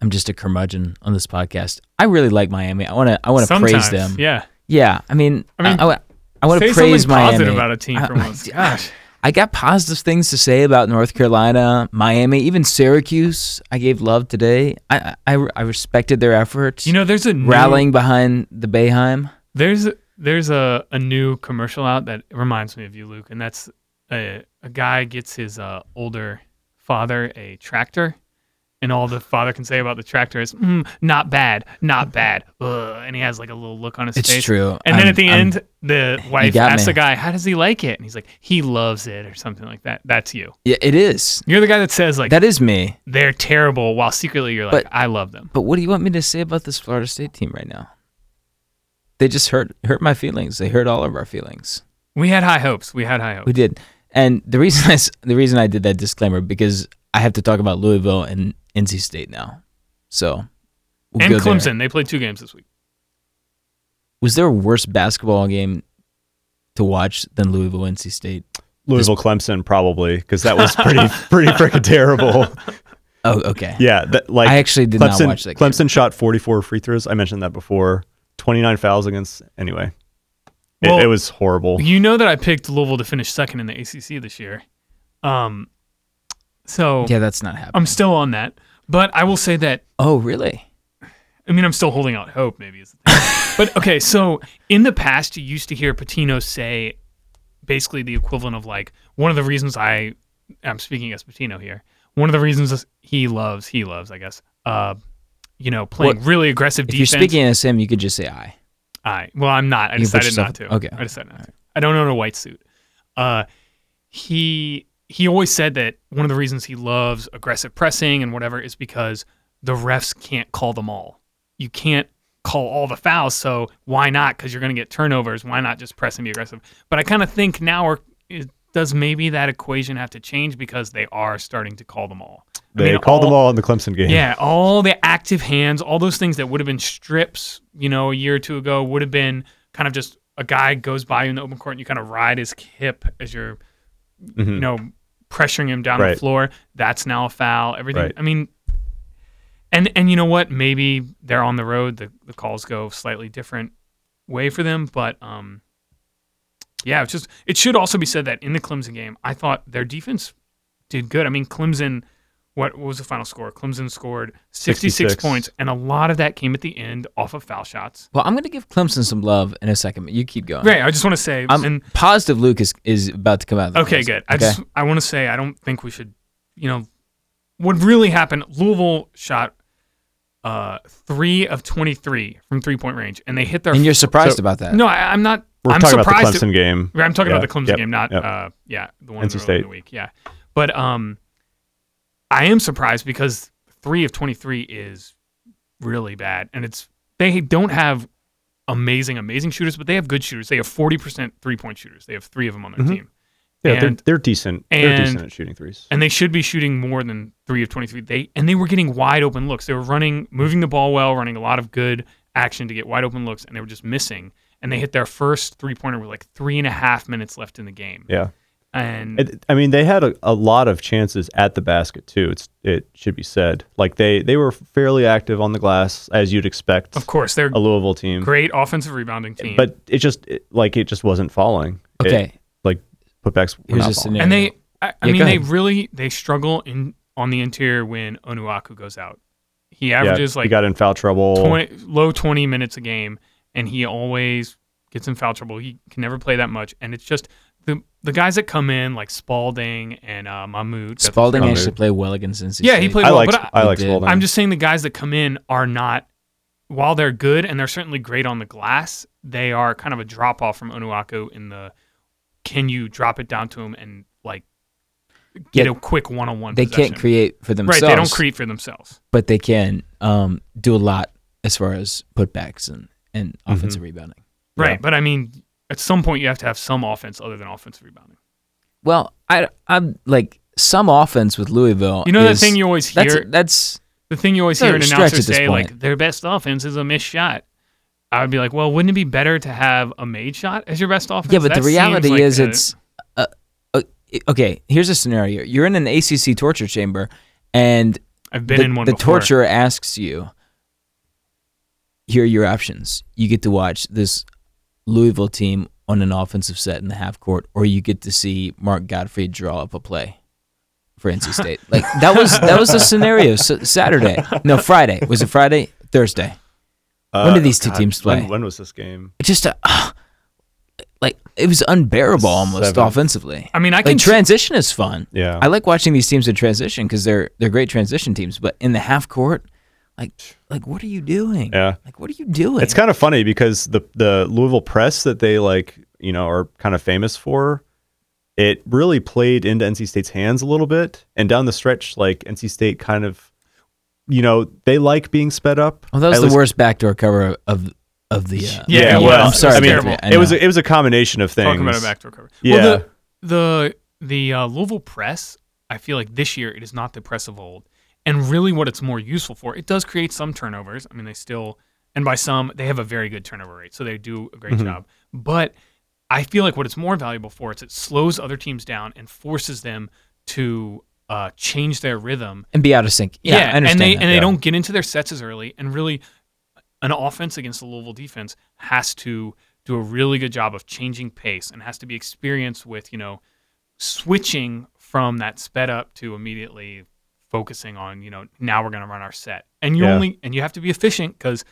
Speaker 1: I'm just a curmudgeon on this podcast. I really like Miami. I want to I want to praise
Speaker 2: Sometimes,
Speaker 1: them.
Speaker 2: Yeah,
Speaker 1: Yeah, I mean, I
Speaker 2: I mean,
Speaker 1: I, wa- I want to
Speaker 2: say
Speaker 1: praise
Speaker 2: something
Speaker 1: Miami.
Speaker 2: positive about a team
Speaker 1: I-
Speaker 2: for once. Gosh,
Speaker 1: I got positive things to say about North Carolina, Miami, even Syracuse. I gave love today. I I, I- I respected their efforts.
Speaker 2: you know, there's a new,
Speaker 1: rallying behind the Bayheim.
Speaker 2: There's there's a, a new commercial out that reminds me of you, Luke, and that's a, a guy gets his uh, older father a tractor. And all the father can say about the tractor is mm, not bad, not bad. Ugh, and he has like a little look on his
Speaker 1: It's
Speaker 2: face.
Speaker 1: true.
Speaker 2: And then
Speaker 1: I'm-
Speaker 2: at the
Speaker 1: I'm-
Speaker 2: end, the wife
Speaker 1: got
Speaker 2: asks
Speaker 1: me.
Speaker 2: the guy, "How does he like it?" And he's like, "He loves it," or something like that. That's you.
Speaker 1: Yeah, it is.
Speaker 2: You're the guy that says like
Speaker 1: That is me.
Speaker 2: they're terrible, while secretly you're like,
Speaker 1: But-
Speaker 2: "I love them."
Speaker 1: But what do you want me to say about this Florida State team right now? They just hurt hurt my feelings. They hurt all of our feelings.
Speaker 2: We had high hopes. We had high hopes.
Speaker 1: We did. And the reason I s- the reason I did that disclaimer because I have to talk about Louisville and NC State now. So we'll
Speaker 2: and
Speaker 1: go there.
Speaker 2: Clemson, they played two games this week.
Speaker 1: Was there a worse basketball game to watch than Louisville NC State?
Speaker 3: Louisville Clemson probably because that was pretty pretty freaking terrible.
Speaker 1: Oh, okay.
Speaker 3: Yeah, that, like
Speaker 1: I actually did
Speaker 3: Clemson,
Speaker 1: not watch that. game.
Speaker 3: Clemson shot 44 free throws. I mentioned that before. 29 fouls against anyway. It,
Speaker 2: Well,
Speaker 3: it was horrible.
Speaker 2: You know that I picked Louisville to finish second in the ACC this year. Um, so Um,
Speaker 1: Yeah, that's not happening.
Speaker 2: I'm still on that, but I will say that
Speaker 1: oh, really?
Speaker 2: I mean, I'm still holding out hope. Maybe is the thing. but okay. So in the past, you used to hear Patino say basically the equivalent of like one of the reasons I I'm speaking as Patino here. One of the reasons he loves he loves I guess uh, you know playing
Speaker 1: What-
Speaker 2: really aggressive
Speaker 1: If
Speaker 2: defense.
Speaker 1: you're speaking as him, you could just say I.
Speaker 2: I well, I'm not. I
Speaker 1: You put
Speaker 2: decided
Speaker 1: yourself-
Speaker 2: not to.
Speaker 1: okay.
Speaker 2: I decided not. To. I don't own a white suit. Uh, he he always said that one of the reasons he loves aggressive pressing and whatever is because the refs can't call them all. You can't call all the fouls, so why not? Because you're going to get turnovers. Why not just press and be aggressive? But I kind of think now or it, does maybe that equation have to change because they are starting to call them all. I
Speaker 3: They
Speaker 2: mean,
Speaker 3: called them all in the Clemson game.
Speaker 2: yeah, all the active hands, all those things that would have been strips, you know, a year or two ago would have been kind of just a guy goes by you in the open court and you kind of ride his hip as you're,
Speaker 3: Mhm.
Speaker 2: you know, pressuring him down the
Speaker 3: Right.
Speaker 2: floor. That's now a foul. Everything.
Speaker 3: Right.
Speaker 2: I mean, and and you know what? Maybe they're on the road. The, the calls go slightly different way for them, but um, yeah, it's just it should also be said that in the Clemson game, I thought their defense did good. I mean, Clemson, what, what was the final score? Clemson scored 66,
Speaker 3: 66.
Speaker 2: points, and a lot of that came at the end off of foul shots.
Speaker 1: Well, I'm going to give Clemson some love in a second, but you keep
Speaker 3: Uh,
Speaker 1: going.
Speaker 2: Right, I just want to say,
Speaker 1: I'm
Speaker 2: and
Speaker 1: positive Luke is, is about to come out. Of the
Speaker 2: okay,
Speaker 1: closet.
Speaker 2: good. I just I want to say I don't think we should, you know, what really happened? Louisville shot uh three of twenty three from three point range, and they hit their.
Speaker 1: and you're surprised
Speaker 3: So-
Speaker 1: about that.
Speaker 2: no, I, I'm not.
Speaker 3: We're
Speaker 2: I'm
Speaker 3: talking about
Speaker 2: surprised.
Speaker 3: the Clemson game.
Speaker 2: I'm talking
Speaker 3: Yeah,
Speaker 2: about the Clemson
Speaker 3: yep,
Speaker 2: game, not
Speaker 3: yep.
Speaker 2: uh, yeah, the one
Speaker 3: NC
Speaker 2: earlier in
Speaker 3: State.
Speaker 2: the week. Yeah, but um, I am surprised because three of twenty three is really bad, and it's they don't have amazing, amazing shooters, but they have good shooters. They have forty percent three point shooters. They have three of them on their
Speaker 3: Mhm.
Speaker 2: team,
Speaker 3: Yeah,
Speaker 2: And-
Speaker 3: they're, they're decent.
Speaker 2: and-
Speaker 3: They're decent at shooting threes.
Speaker 2: and they should be shooting more than three of twenty three. They and they were getting wide open looks. They were running, moving the ball well, running a lot of good action to get wide open looks, and they were just missing. And they hit their first three pointer with like three and a half minutes left in the game.
Speaker 3: Yeah.
Speaker 2: And
Speaker 3: It, I mean, they had a, a lot of chances at the basket too. It's it should be said. Like they they were fairly active on the glass as you'd expect
Speaker 2: Of course, they're
Speaker 3: a Louisville team.
Speaker 2: great offensive rebounding team.
Speaker 3: But it just it, like it just wasn't falling. It-
Speaker 1: Okay.
Speaker 3: like putbacks were
Speaker 1: Here's
Speaker 3: not
Speaker 1: a
Speaker 3: falling.
Speaker 1: scenario.
Speaker 2: and they, I, I
Speaker 1: Yeah,
Speaker 2: mean,
Speaker 1: go
Speaker 2: they
Speaker 1: ahead.
Speaker 2: really they struggle in on the interior when Onuaku goes out. He
Speaker 3: Yeah,
Speaker 2: averages
Speaker 3: he
Speaker 2: like
Speaker 3: got in foul trouble.
Speaker 2: 20, low twenty minutes a game, and he always gets in foul trouble. He can never play that much, and it's just the the guys that come in like Spalding and uh, Mahmoud. that's-
Speaker 1: Spalding
Speaker 3: Sure.
Speaker 1: actually played well against NC
Speaker 2: Yeah, he
Speaker 1: State.
Speaker 2: played
Speaker 3: I
Speaker 2: well,
Speaker 3: like
Speaker 2: but I,
Speaker 3: I,
Speaker 1: He
Speaker 3: like
Speaker 1: did.
Speaker 3: Spalding.
Speaker 2: I'm just saying the guys that come in are not, while they're good and they're certainly great on the glass, they are kind of a drop off from Onuaku in the can you drop it down to him and like get
Speaker 1: Yeah,
Speaker 2: a quick one on one.
Speaker 1: They can't create for
Speaker 2: right.
Speaker 1: themselves.
Speaker 2: They don't create for themselves.
Speaker 1: but they can um, do a lot as far as putbacks and, and
Speaker 3: Mhm.
Speaker 1: offensive rebounding.
Speaker 2: Right,
Speaker 3: Yeah.
Speaker 2: but I mean, at some point you have to have some offense other than offensive rebounding.
Speaker 1: Well, I I'm like some offense with Louisville.
Speaker 2: You know that
Speaker 1: is-
Speaker 2: thing you always hear.
Speaker 1: That's that's
Speaker 2: the thing you always
Speaker 1: Sort
Speaker 2: hear
Speaker 1: of
Speaker 2: an
Speaker 1: a
Speaker 2: announcer
Speaker 1: stretch at this
Speaker 2: say, like,
Speaker 1: point.
Speaker 2: their best offense is a missed shot. I would be like, well, wouldn't it be better to have a made shot as your best offense?
Speaker 1: yeah, but
Speaker 2: That
Speaker 1: the
Speaker 2: seems
Speaker 1: reality
Speaker 2: like
Speaker 1: is
Speaker 2: a-
Speaker 1: it's uh, uh, okay. Here's a scenario: you're in an ACC torture chamber, and
Speaker 2: I've been
Speaker 1: the,
Speaker 2: in one
Speaker 1: the
Speaker 2: before.
Speaker 1: torturer asks you, "Here are your options. You get to watch this Louisville team on an offensive set in the half court, or you get to see Mark Godfrey draw up a play." For NC State, like that was that was the scenario. S- Saturday, no Friday. Was it Friday? Thursday.
Speaker 3: Uh,
Speaker 1: when did these two teams play?
Speaker 3: When, when was this game?
Speaker 1: just a like it was unbearable almost
Speaker 3: Seven.
Speaker 1: offensively.
Speaker 2: I mean, I
Speaker 1: like
Speaker 2: can
Speaker 1: transition is fun.
Speaker 3: Yeah.
Speaker 1: I like watching these teams in transition because they're they're great transition teams. But in the half court, like like what are you doing?
Speaker 3: Yeah.
Speaker 1: Like what are you doing?
Speaker 3: It's kind of funny because the the Louisville press that they like, you know, are kind of famous for, it really played into NC State's hands a little bit. And down the stretch, like NC State kind of, you know, they like being sped up.
Speaker 1: well, that was
Speaker 3: At
Speaker 1: the
Speaker 3: least-
Speaker 1: worst backdoor cover of of the. Uh,
Speaker 2: Yeah,
Speaker 3: Yeah,
Speaker 2: it
Speaker 3: well,
Speaker 1: I'm
Speaker 2: was.
Speaker 1: sorry.
Speaker 3: I mean,
Speaker 1: Jeffrey, I
Speaker 3: it was
Speaker 1: know.
Speaker 3: a, it was a combination of things.
Speaker 2: talk about a backdoor cover.
Speaker 3: Yeah,
Speaker 2: Well, the the the uh, Louisville press, I feel like this year it is not the press of old, and really what it's more useful for, it does create some turnovers. I mean, they still, and by some, they have a very good turnover rate, so they do a great
Speaker 3: Mhm.
Speaker 2: job. But I feel like what it's more valuable for is it slows other teams down and forces them to uh, change their rhythm
Speaker 1: and be out of sync. Yeah, I understand.
Speaker 2: and they
Speaker 1: that.
Speaker 2: and they
Speaker 3: yeah.
Speaker 2: don't get into their sets as early. And really, an offense against the Louisville defense has to do a really good job of changing pace and has to be experienced with you know switching from that sped up to immediately focusing on you know now we're going to run our set. and you
Speaker 3: Yeah.
Speaker 2: only and you have to be efficient because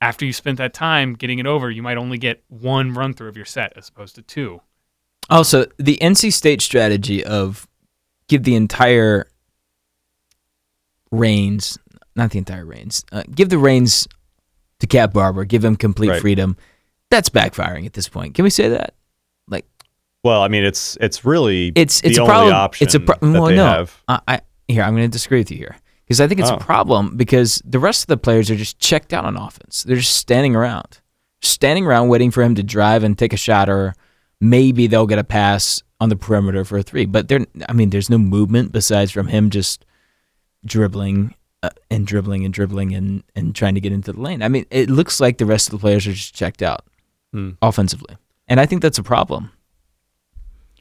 Speaker 2: after you spent that time getting it over, you might only get one run through of your set as opposed to two.
Speaker 1: Also, Oh, the NC State strategy of give the entire reins, not the entire reins, uh, give the reins to Cap Barber, give him complete
Speaker 3: Right.
Speaker 1: freedom. That's backfiring at this point. Can we say that? Like
Speaker 3: Well, I mean, it's it's really
Speaker 1: it's it's
Speaker 3: the
Speaker 1: a
Speaker 3: only
Speaker 1: problem.
Speaker 3: option
Speaker 1: It's a problem.
Speaker 3: that
Speaker 1: Well,
Speaker 3: they
Speaker 1: no,
Speaker 3: have.
Speaker 1: I, I here I'm going to disagree with you here because I think it's
Speaker 3: Oh.
Speaker 1: a problem because the rest of the players are just checked out on offense. They're just standing around, standing around waiting for him to drive and take a shot, or maybe they'll get a pass on the perimeter for a three. But they're I mean, there's no movement besides from him just dribbling. Uh, and dribbling and dribbling and, and trying to get into the lane. I mean, it looks like the rest of the players are just checked out
Speaker 3: Hmm.
Speaker 1: offensively. And I think that's a problem.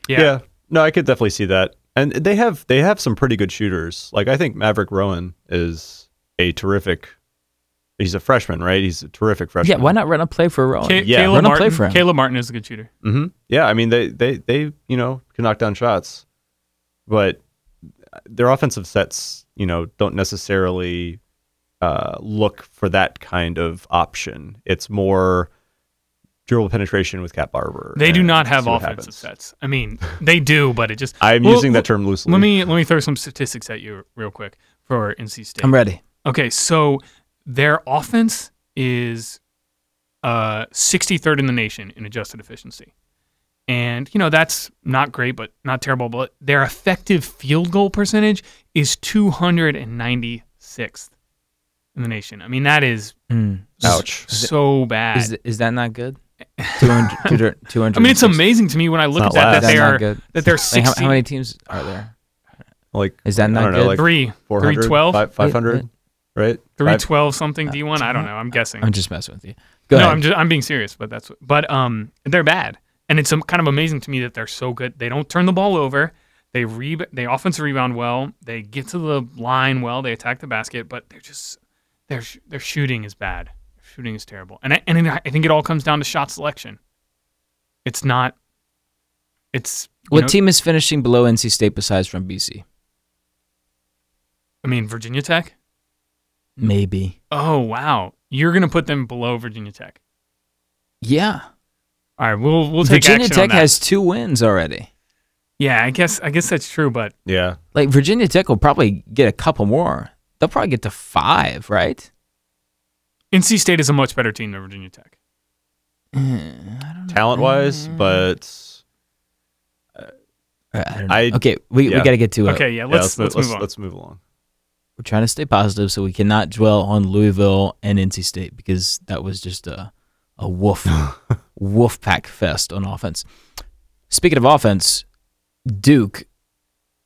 Speaker 2: Yeah.
Speaker 3: No, I could definitely see that. And they have they have some pretty good shooters. Like I think Maverick Rowan is a terrific. He's a freshman, right? He's a terrific freshman.
Speaker 1: Yeah, why not run a play for Rowan?
Speaker 2: Ca-
Speaker 3: Yeah.
Speaker 2: Caleb
Speaker 1: Oh, Run a play
Speaker 2: Martin.
Speaker 1: for him.
Speaker 2: Caleb Martin is a good shooter.
Speaker 3: hmm Yeah, I mean they they they you know can knock down shots, but their offensive sets you know don't necessarily uh, look for that kind of option. It's more dribble penetration with Cat Barber.
Speaker 2: They do
Speaker 3: and
Speaker 2: not have
Speaker 3: see what
Speaker 2: offensive
Speaker 3: happens.
Speaker 2: sets. I mean, they do, but it just
Speaker 3: I'm
Speaker 2: Well,
Speaker 3: using
Speaker 2: well,
Speaker 3: that term loosely.
Speaker 2: Let me let me throw some statistics at you real quick for NC State.
Speaker 1: I'm ready.
Speaker 2: Okay, so their offense is uh, 63rd in the nation in adjusted efficiency. And, you know, that's not great, but not terrible. But their effective field goal percentage is 296th in the nation. I mean, that is s-
Speaker 3: Ouch.
Speaker 2: so bad.
Speaker 1: Hmm. Is, is that not good? 200, 200
Speaker 2: I mean, it's amazing to me when I look
Speaker 3: It's
Speaker 2: at
Speaker 3: not
Speaker 2: that that
Speaker 3: loud.
Speaker 1: That's not
Speaker 2: they are
Speaker 1: good.
Speaker 2: that they're
Speaker 1: Like, how,
Speaker 2: 60
Speaker 1: how many teams are there?
Speaker 3: like
Speaker 1: Is that
Speaker 3: I
Speaker 1: not
Speaker 3: don't know,
Speaker 1: good?
Speaker 3: like
Speaker 2: 3
Speaker 3: 400,
Speaker 2: 312?
Speaker 3: fi- 500, right?
Speaker 2: 312 something D1, I don't know. I'm guessing.
Speaker 1: I'm just messing with you. Go
Speaker 2: no,
Speaker 1: ahead.
Speaker 2: I'm just I'm being serious, but that's what, but um they're bad, and it's um, kind of amazing to me that they're so good. They don't turn the ball over. They re they offense rebound well. They get to the line well. They attack the basket, but they're just their sh- their shooting is bad. Their shooting is terrible, and I, and I I think it all comes down to shot selection. It's not. It's you
Speaker 1: what
Speaker 2: know,
Speaker 1: team is finishing below NC State besides from BC?
Speaker 2: I mean, Virginia Tech.
Speaker 1: Maybe.
Speaker 2: Oh wow, you're gonna put them below Virginia Tech.
Speaker 1: Yeah.
Speaker 2: All right, we'll we'll take
Speaker 1: Virginia
Speaker 2: action on
Speaker 1: Tech
Speaker 2: that.
Speaker 1: has two wins already.
Speaker 2: Yeah, I guess I guess that's true, but
Speaker 3: Yeah.
Speaker 1: Like Virginia Tech will probably get a couple more. They'll probably get to five, right?
Speaker 2: NC State is a much better team than Virginia Tech.
Speaker 3: Talent wise,
Speaker 1: Mm-hmm.
Speaker 3: but
Speaker 1: Uh, I don't know.
Speaker 3: I-
Speaker 1: okay, we, we
Speaker 3: yeah.
Speaker 1: got to get to it.
Speaker 2: Okay, yeah,
Speaker 3: yeah,
Speaker 2: let's let's,
Speaker 3: mo-
Speaker 2: move on.
Speaker 3: let's move along.
Speaker 1: we're trying to stay positive so we cannot dwell on Louisville and NC State because that was just a a wolf wolf pack fest on offense. Speaking of offense, Duke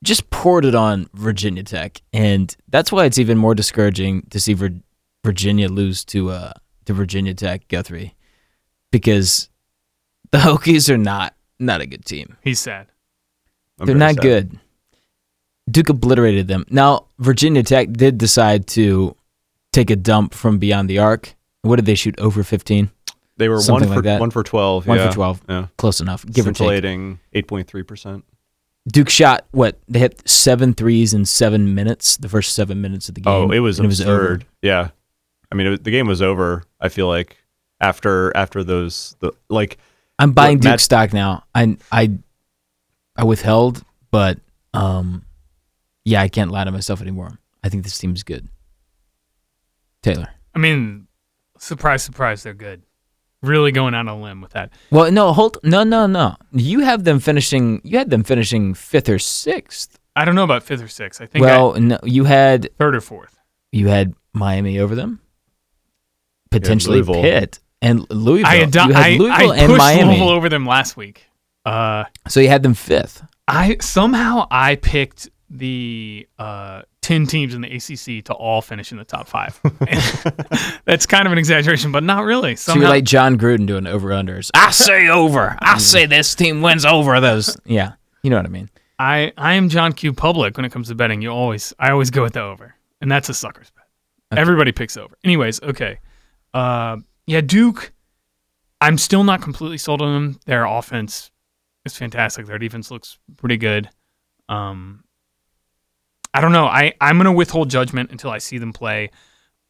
Speaker 1: just poured it on Virginia Tech, and that's why it's even more discouraging to see Vir- Virginia lose to uh to Virginia Tech Guthrie because the Hokies are not not a good team.
Speaker 2: He's sad.
Speaker 3: I'm
Speaker 1: They're
Speaker 3: very
Speaker 1: not
Speaker 3: sad.
Speaker 1: good. Duke obliterated them. Now, Virginia Tech did decide to take a dump from beyond the arc. What did they shoot? Over 15?
Speaker 3: They were one
Speaker 1: Something
Speaker 3: for
Speaker 1: like that.
Speaker 3: one for twelve.
Speaker 1: One
Speaker 3: yeah.
Speaker 1: for 12.
Speaker 3: Yeah.
Speaker 1: Close enough, give or take.
Speaker 3: Scintillating eight point three percent.
Speaker 1: Duke shot, what? They hit seven threes in seven minutes, the first seven minutes of the game.
Speaker 3: Oh, it was
Speaker 1: and over.
Speaker 3: absurd. yeah, I mean, it was, the game was over. I feel like after after those, the, like
Speaker 1: I'm buying
Speaker 3: Look,
Speaker 1: Duke
Speaker 3: Matt-
Speaker 1: stock now. I, I, I withheld, but um, yeah, I can't lie to myself anymore. I think this team's good. Taylor.
Speaker 2: I mean, surprise, surprise, they're good. Really going out on a limb with that.
Speaker 1: Well, no, hold, no, no, no. You have them finishing. You had them finishing fifth or sixth.
Speaker 2: I don't know about fifth or sixth. I think
Speaker 1: Well, no, you had
Speaker 2: I- third or fourth.
Speaker 1: you had Miami over them, potentially
Speaker 3: Louisville.
Speaker 1: Pitt and Louisville.
Speaker 2: I ado-
Speaker 1: you
Speaker 2: I,
Speaker 1: had Louisville
Speaker 2: I
Speaker 1: and
Speaker 2: pushed
Speaker 1: Miami,
Speaker 2: Louisville over them last week. Uh,
Speaker 1: so you had them fifth.
Speaker 2: I somehow I picked the uh, ten teams in the ACC to all finish in the top five. That's kind of an exaggeration, but not really.
Speaker 1: So you're
Speaker 2: Somehow, Mm.
Speaker 1: like John Gruden doing over unders. I say over. I say this team wins over those. Yeah, you know what I mean.
Speaker 2: I I am John Q. Public when it comes to betting. You always I always go with the over, and that's a sucker's bet. Everybody picks over. Anyways, okay. Uh, yeah, Duke. I'm still not completely sold on them. Their offense is fantastic. Their defense looks pretty good. Um, I don't know. I I'm gonna withhold judgment until I see them play.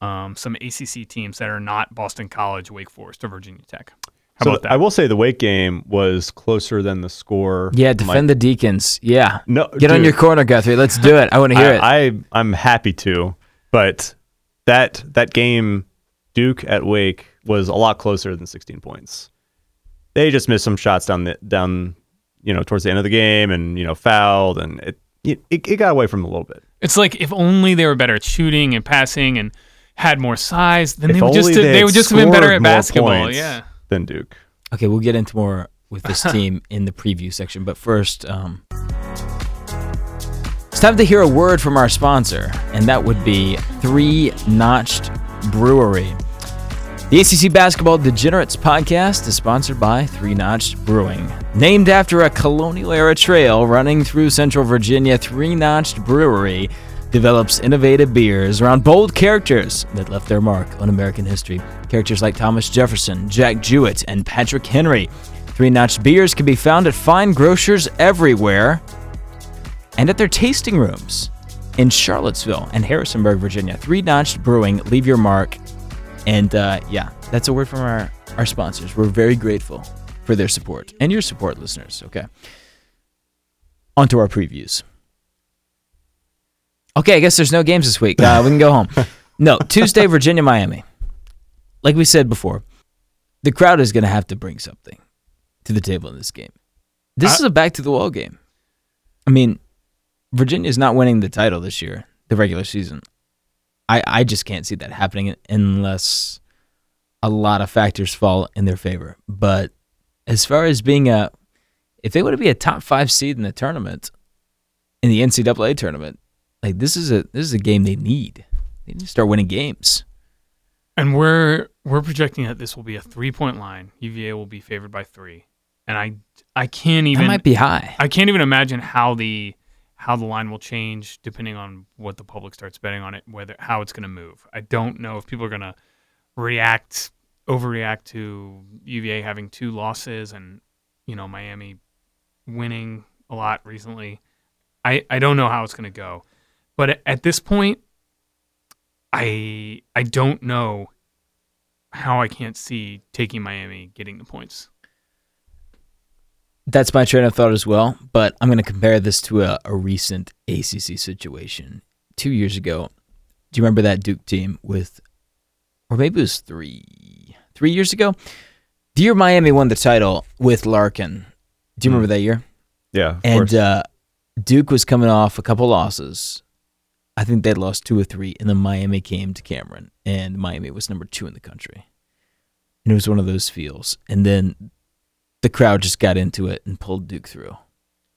Speaker 2: um, some ACC teams that are not Boston College, Wake Forest, or Virginia Tech. How
Speaker 3: So
Speaker 2: about that?
Speaker 3: I will say the Wake game was closer than the score.
Speaker 1: Yeah,
Speaker 3: might-
Speaker 1: defend the Deacons. Yeah.
Speaker 3: No,
Speaker 1: Get on
Speaker 3: dude.
Speaker 1: your corner, Guthrie. Let's do it. I want to hear it.
Speaker 3: I, I I'm happy to, but that that game Duke at Wake was a lot closer than 16 points. They just missed some shots down the down, you know, towards the end of the game, and you know, fouled, and it it, it got away from them a little bit.
Speaker 2: It's like if only they were better at shooting and passing and had more size, then
Speaker 3: If
Speaker 2: they would just
Speaker 3: only
Speaker 2: they,
Speaker 3: had
Speaker 2: would just have been better
Speaker 3: scored
Speaker 2: at
Speaker 3: more
Speaker 2: basketball.
Speaker 3: points
Speaker 2: Yeah.
Speaker 3: than Duke.
Speaker 1: okay, we'll get into more with this team in the preview section, but first, um, it's time to hear a word from our sponsor, and that would be Three Notched Brewery. The ACC Basketball Degenerates podcast is sponsored by Three Notched Brewing. Named after a colonial era trail running through central Virginia, Three Notched Brewery develops innovative beers around bold characters that left their mark on American history. Characters like Thomas Jefferson, Jack Jewett, and Patrick Henry. Three Notched beers can be found at fine grocers everywhere, and at their tasting rooms in Charlottesville and Harrisonburg, Virginia. Three Notched Brewing, leave your mark. And uh, yeah, that's a word from our, our sponsors. We're very grateful for their support and your support, listeners. Okay. On to our previews. Okay, I guess there's no games this week. Uh, we can go home. No, Tuesday, Virginia, Miami. Like we said before, the crowd is going to have to bring something to the table in this game. This
Speaker 2: I-
Speaker 1: is a back to the wall game. I mean, Virginia's not winning the title this year, the regular season. I, I just can't see that happening unless a lot of factors fall in their favor. But as far as being a, if they were to be a top five seed in the tournament, in the NCAA tournament, like this is a this is a game they need. They need to start winning games.
Speaker 2: And we're we're projecting that this will be a three point line. UVA will be favored by three. And I I can't
Speaker 1: That
Speaker 2: even
Speaker 1: might be high.
Speaker 2: I can't even imagine how the how the line will change depending on what the public starts betting on it, whether how it's going to move. I don't know if people are going to react overreact to UVA having two losses and you know Miami winning a lot recently. I I don't know how it's going to go. But at, at this point I I don't know how I can't see taking Miami getting the points.
Speaker 1: That's my train of thought as well, but I'm going to compare this to a, a recent ACC situation. Two years ago, do you remember that Duke team with, or maybe it was three, three years ago? The year Miami won the title with Larkin. Do you remember that year?
Speaker 3: Yeah, of
Speaker 1: And
Speaker 3: course.
Speaker 1: uh, Duke was coming off a couple losses. I think they'd lost two or three, and then Miami came to Cameron, and Miami was number two in the country. And it was one of those feels. And then the crowd just got into it and pulled Duke through.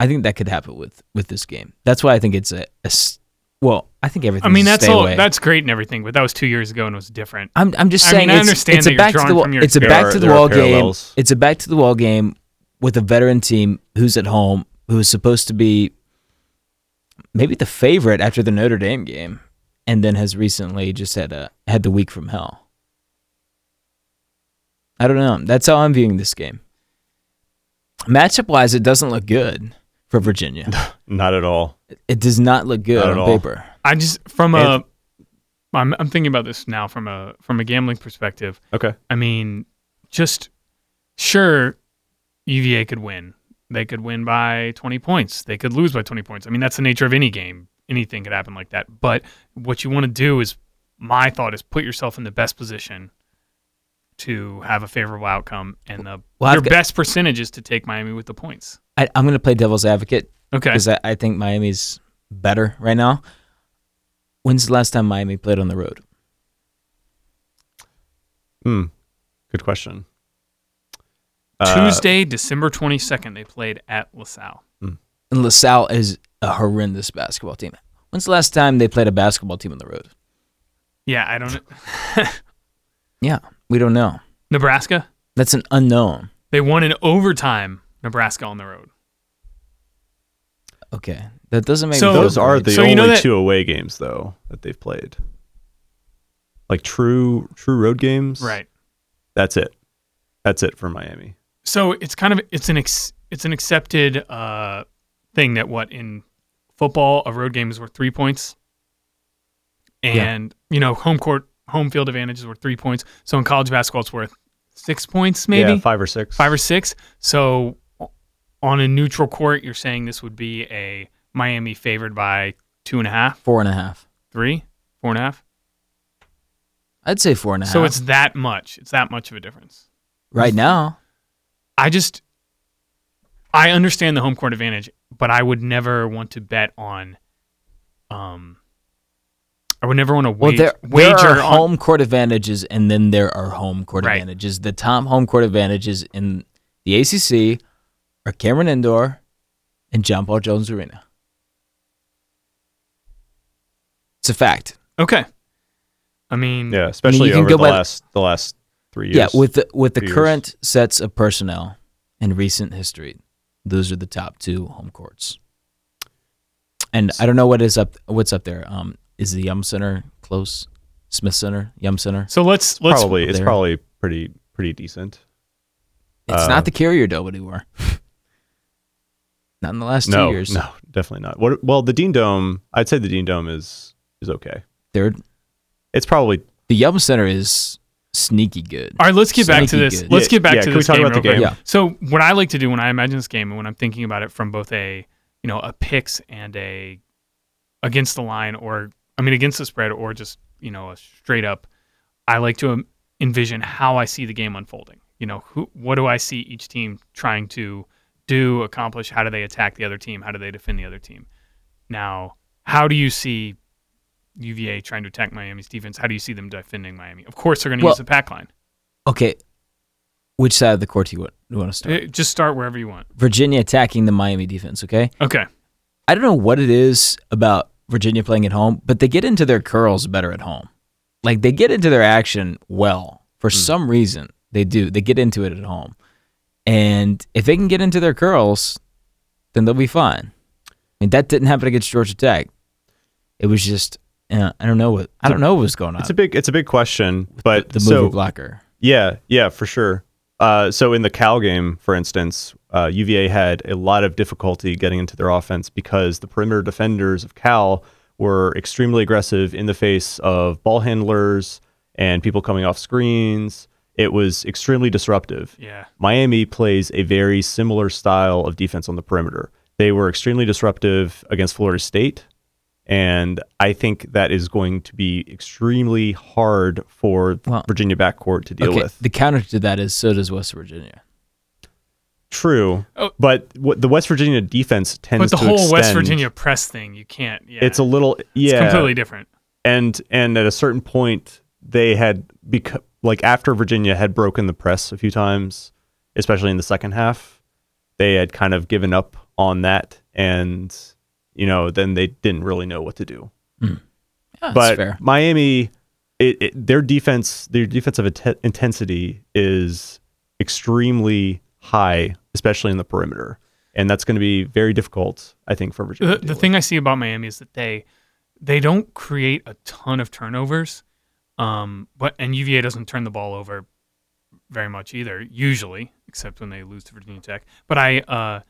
Speaker 1: I think that could happen with with this game. That's why I think it's a, a s- well. I think everything.
Speaker 2: I mean, that's
Speaker 1: stay
Speaker 2: all.
Speaker 1: away.
Speaker 2: That's great and everything, but that was two years ago and it was different.
Speaker 1: I'm I'm just
Speaker 2: I
Speaker 1: saying.
Speaker 2: mean, I
Speaker 1: it's,
Speaker 2: understand
Speaker 1: it's
Speaker 2: that
Speaker 1: a
Speaker 2: you're
Speaker 1: back to
Speaker 2: drawing
Speaker 1: the wall.
Speaker 2: from your
Speaker 1: It's a
Speaker 3: There
Speaker 1: back
Speaker 3: are-
Speaker 1: to the
Speaker 3: there are
Speaker 1: wall game.
Speaker 3: parallels.
Speaker 1: It's a back to the wall game with a veteran team who's at home, who is supposed to be maybe the favorite after the Notre Dame game, and then has recently just had a had the week from hell. I don't know. That's how I'm viewing this game. Matchup wise, it doesn't look good for Virginia.
Speaker 3: Not at all.
Speaker 1: It does not look good
Speaker 3: Not at
Speaker 1: on
Speaker 3: all.
Speaker 1: paper.
Speaker 2: I just from
Speaker 3: It-
Speaker 2: a. I'm I'm thinking about this now from a from a gambling perspective.
Speaker 3: Okay.
Speaker 2: I mean, just sure, UVA could win. They could win by 20 points. They could lose by 20 points. I mean, that's the nature of any game. Anything could happen like that. But what you want to do is, my thought is, put yourself in the best position to have a favorable outcome, and the
Speaker 1: Well, I've
Speaker 2: your
Speaker 1: got-
Speaker 2: best percentage is to take Miami with the points.
Speaker 1: I, I'm going to play devil's advocate
Speaker 2: Okay.
Speaker 1: because I, I think Miami's better right now. When's the last time Miami played on the road?
Speaker 3: Hmm. Good question. Uh,
Speaker 2: Tuesday, December 22nd, they played at LaSalle.
Speaker 1: And LaSalle is a horrendous basketball team. When's the last time they played a basketball team on the road?
Speaker 2: Yeah, I don't
Speaker 1: Yeah, we don't know.
Speaker 2: Nebraska?
Speaker 1: That's an unknown.
Speaker 2: They won in overtime Nebraska on the road.
Speaker 1: Okay, that doesn't make.
Speaker 2: So-
Speaker 1: me feel
Speaker 3: Those are
Speaker 1: great.
Speaker 3: the
Speaker 2: Oh. So
Speaker 3: only
Speaker 2: you know that-
Speaker 3: two away games though that they've played. Like true true road games.
Speaker 2: Right.
Speaker 3: That's it. That's it for Miami.
Speaker 2: So it's kind of it's an ex, it's an accepted uh, thing that what in football a road game is worth 3 points. And you know, home court home field advantage is worth three points. So in college basketball, it's worth six points, maybe
Speaker 3: Yeah, five or six.
Speaker 2: five or six. So o- on a neutral court, you're saying this would be a Miami favored by two and a half,
Speaker 1: Four and a half.
Speaker 2: three, four and a half.
Speaker 1: I'd say four and a half.
Speaker 2: So it's that much. It's that much of a difference.
Speaker 1: right now.
Speaker 2: I just, I understand the home court advantage, but I would never want to bet on, um, I would never want to
Speaker 1: Well,
Speaker 2: wage,
Speaker 1: there,
Speaker 2: wager
Speaker 1: there are
Speaker 2: on
Speaker 1: home court advantages, and then there are home court
Speaker 2: Right.
Speaker 1: advantages. The top home court advantages in the ACC are Cameron Indoor and John Paul Jones Arena. It's a fact.
Speaker 2: Okay. I mean,
Speaker 3: Yeah, especially
Speaker 1: you can
Speaker 3: over
Speaker 1: go
Speaker 3: the
Speaker 1: by the-
Speaker 3: last the last three years.
Speaker 1: Yeah, with the, with the
Speaker 3: Two years.
Speaker 1: current sets of personnel in recent history, those are the top two home courts. And I don't know what is up. What's up there? Um, is the Yum Center close? Smith Center, Yum Center.
Speaker 2: So let's let's
Speaker 3: probably it's
Speaker 1: there.
Speaker 3: probably pretty pretty decent.
Speaker 1: It's
Speaker 3: Uh,
Speaker 1: not the carrier dough what they were. not in the last
Speaker 3: no,
Speaker 1: two years.
Speaker 3: no, definitely not. What? Well, the Dean Dome. I'd say the Dean Dome is is okay.
Speaker 1: Third,
Speaker 3: It's probably.
Speaker 1: the Yum Center is sneaky good.
Speaker 2: All right, let's get back to
Speaker 1: Sneaky
Speaker 2: this.
Speaker 1: good.
Speaker 2: Let's
Speaker 3: Yeah,
Speaker 2: get back
Speaker 3: yeah,
Speaker 2: to
Speaker 3: can we
Speaker 2: this
Speaker 3: talk
Speaker 2: game
Speaker 3: about the
Speaker 2: real quick.
Speaker 1: game?
Speaker 2: So what I like to do when I imagine this game and when I'm thinking about it from both a you know a picks and a against the line or I mean against the spread or just you know a straight up, I like to um, envision how I see the game unfolding. You know, who what do I see each team trying to do accomplish? How do they attack the other team? How do they defend the other team? Now, how do you see? UVA trying to attack Miami's defense. How do you see them defending Miami? Of course, they're going to
Speaker 1: Well,
Speaker 2: use the pack line.
Speaker 1: Okay, which side of the court do you want, do you want to start?
Speaker 2: Uh, Just start wherever you want.
Speaker 1: Virginia attacking the Miami defense. Okay,
Speaker 2: Okay.
Speaker 1: I don't know what it is about Virginia playing at home, but they get into their curls better at home. Like they get into their action well for
Speaker 3: Hmm.
Speaker 1: some reason. They do. They get into it at home, and if they can get into their curls, then they'll be fine. And that didn't happen against Georgia Tech. It was just uh, I don't know what I don't know what was going on.
Speaker 3: It's a big. It's a big question. But
Speaker 1: the
Speaker 3: so
Speaker 1: mover blocker.
Speaker 3: yeah, yeah, for sure. Uh, so in the Cal game, for instance, uh, UVA had a lot of difficulty getting into their offense because the perimeter defenders of Cal were extremely aggressive in the face of ball handlers and people coming off screens. It was extremely disruptive.
Speaker 2: Yeah.
Speaker 3: Miami plays a very similar style of defense on the perimeter. They were extremely disruptive against Florida State, and I think that is going to be extremely hard for the
Speaker 1: Well,
Speaker 3: Virginia backcourt to deal
Speaker 1: Okay,
Speaker 3: with.
Speaker 1: the counter to that is so does West Virginia.
Speaker 3: True,
Speaker 2: Oh.
Speaker 3: but what the West Virginia defense tends
Speaker 2: But the
Speaker 3: to
Speaker 2: whole West
Speaker 3: extend-
Speaker 2: Virginia press thing, you can't. Yeah.
Speaker 3: It's a little
Speaker 2: It's
Speaker 3: yeah,
Speaker 2: completely different.
Speaker 3: and and at a certain point they had become like after Virginia had broken the press a few times, especially in the second half, they had kind of given up on that, and you know then they didn't really know what to do.
Speaker 1: Yeah, that's
Speaker 3: but
Speaker 1: fair.
Speaker 3: Miami, it, it, their defense, their defensive inte- intensity is extremely high, especially in the perimeter, and that's going to be very difficult, I think, for
Speaker 2: The,
Speaker 3: Virginia. to deal
Speaker 2: the
Speaker 3: with.
Speaker 2: thing I see about Miami is that they they don't create a ton of turnovers, um, but and UVA doesn't turn the ball over very much either, usually, except when they lose to Virginia Tech. But I uh,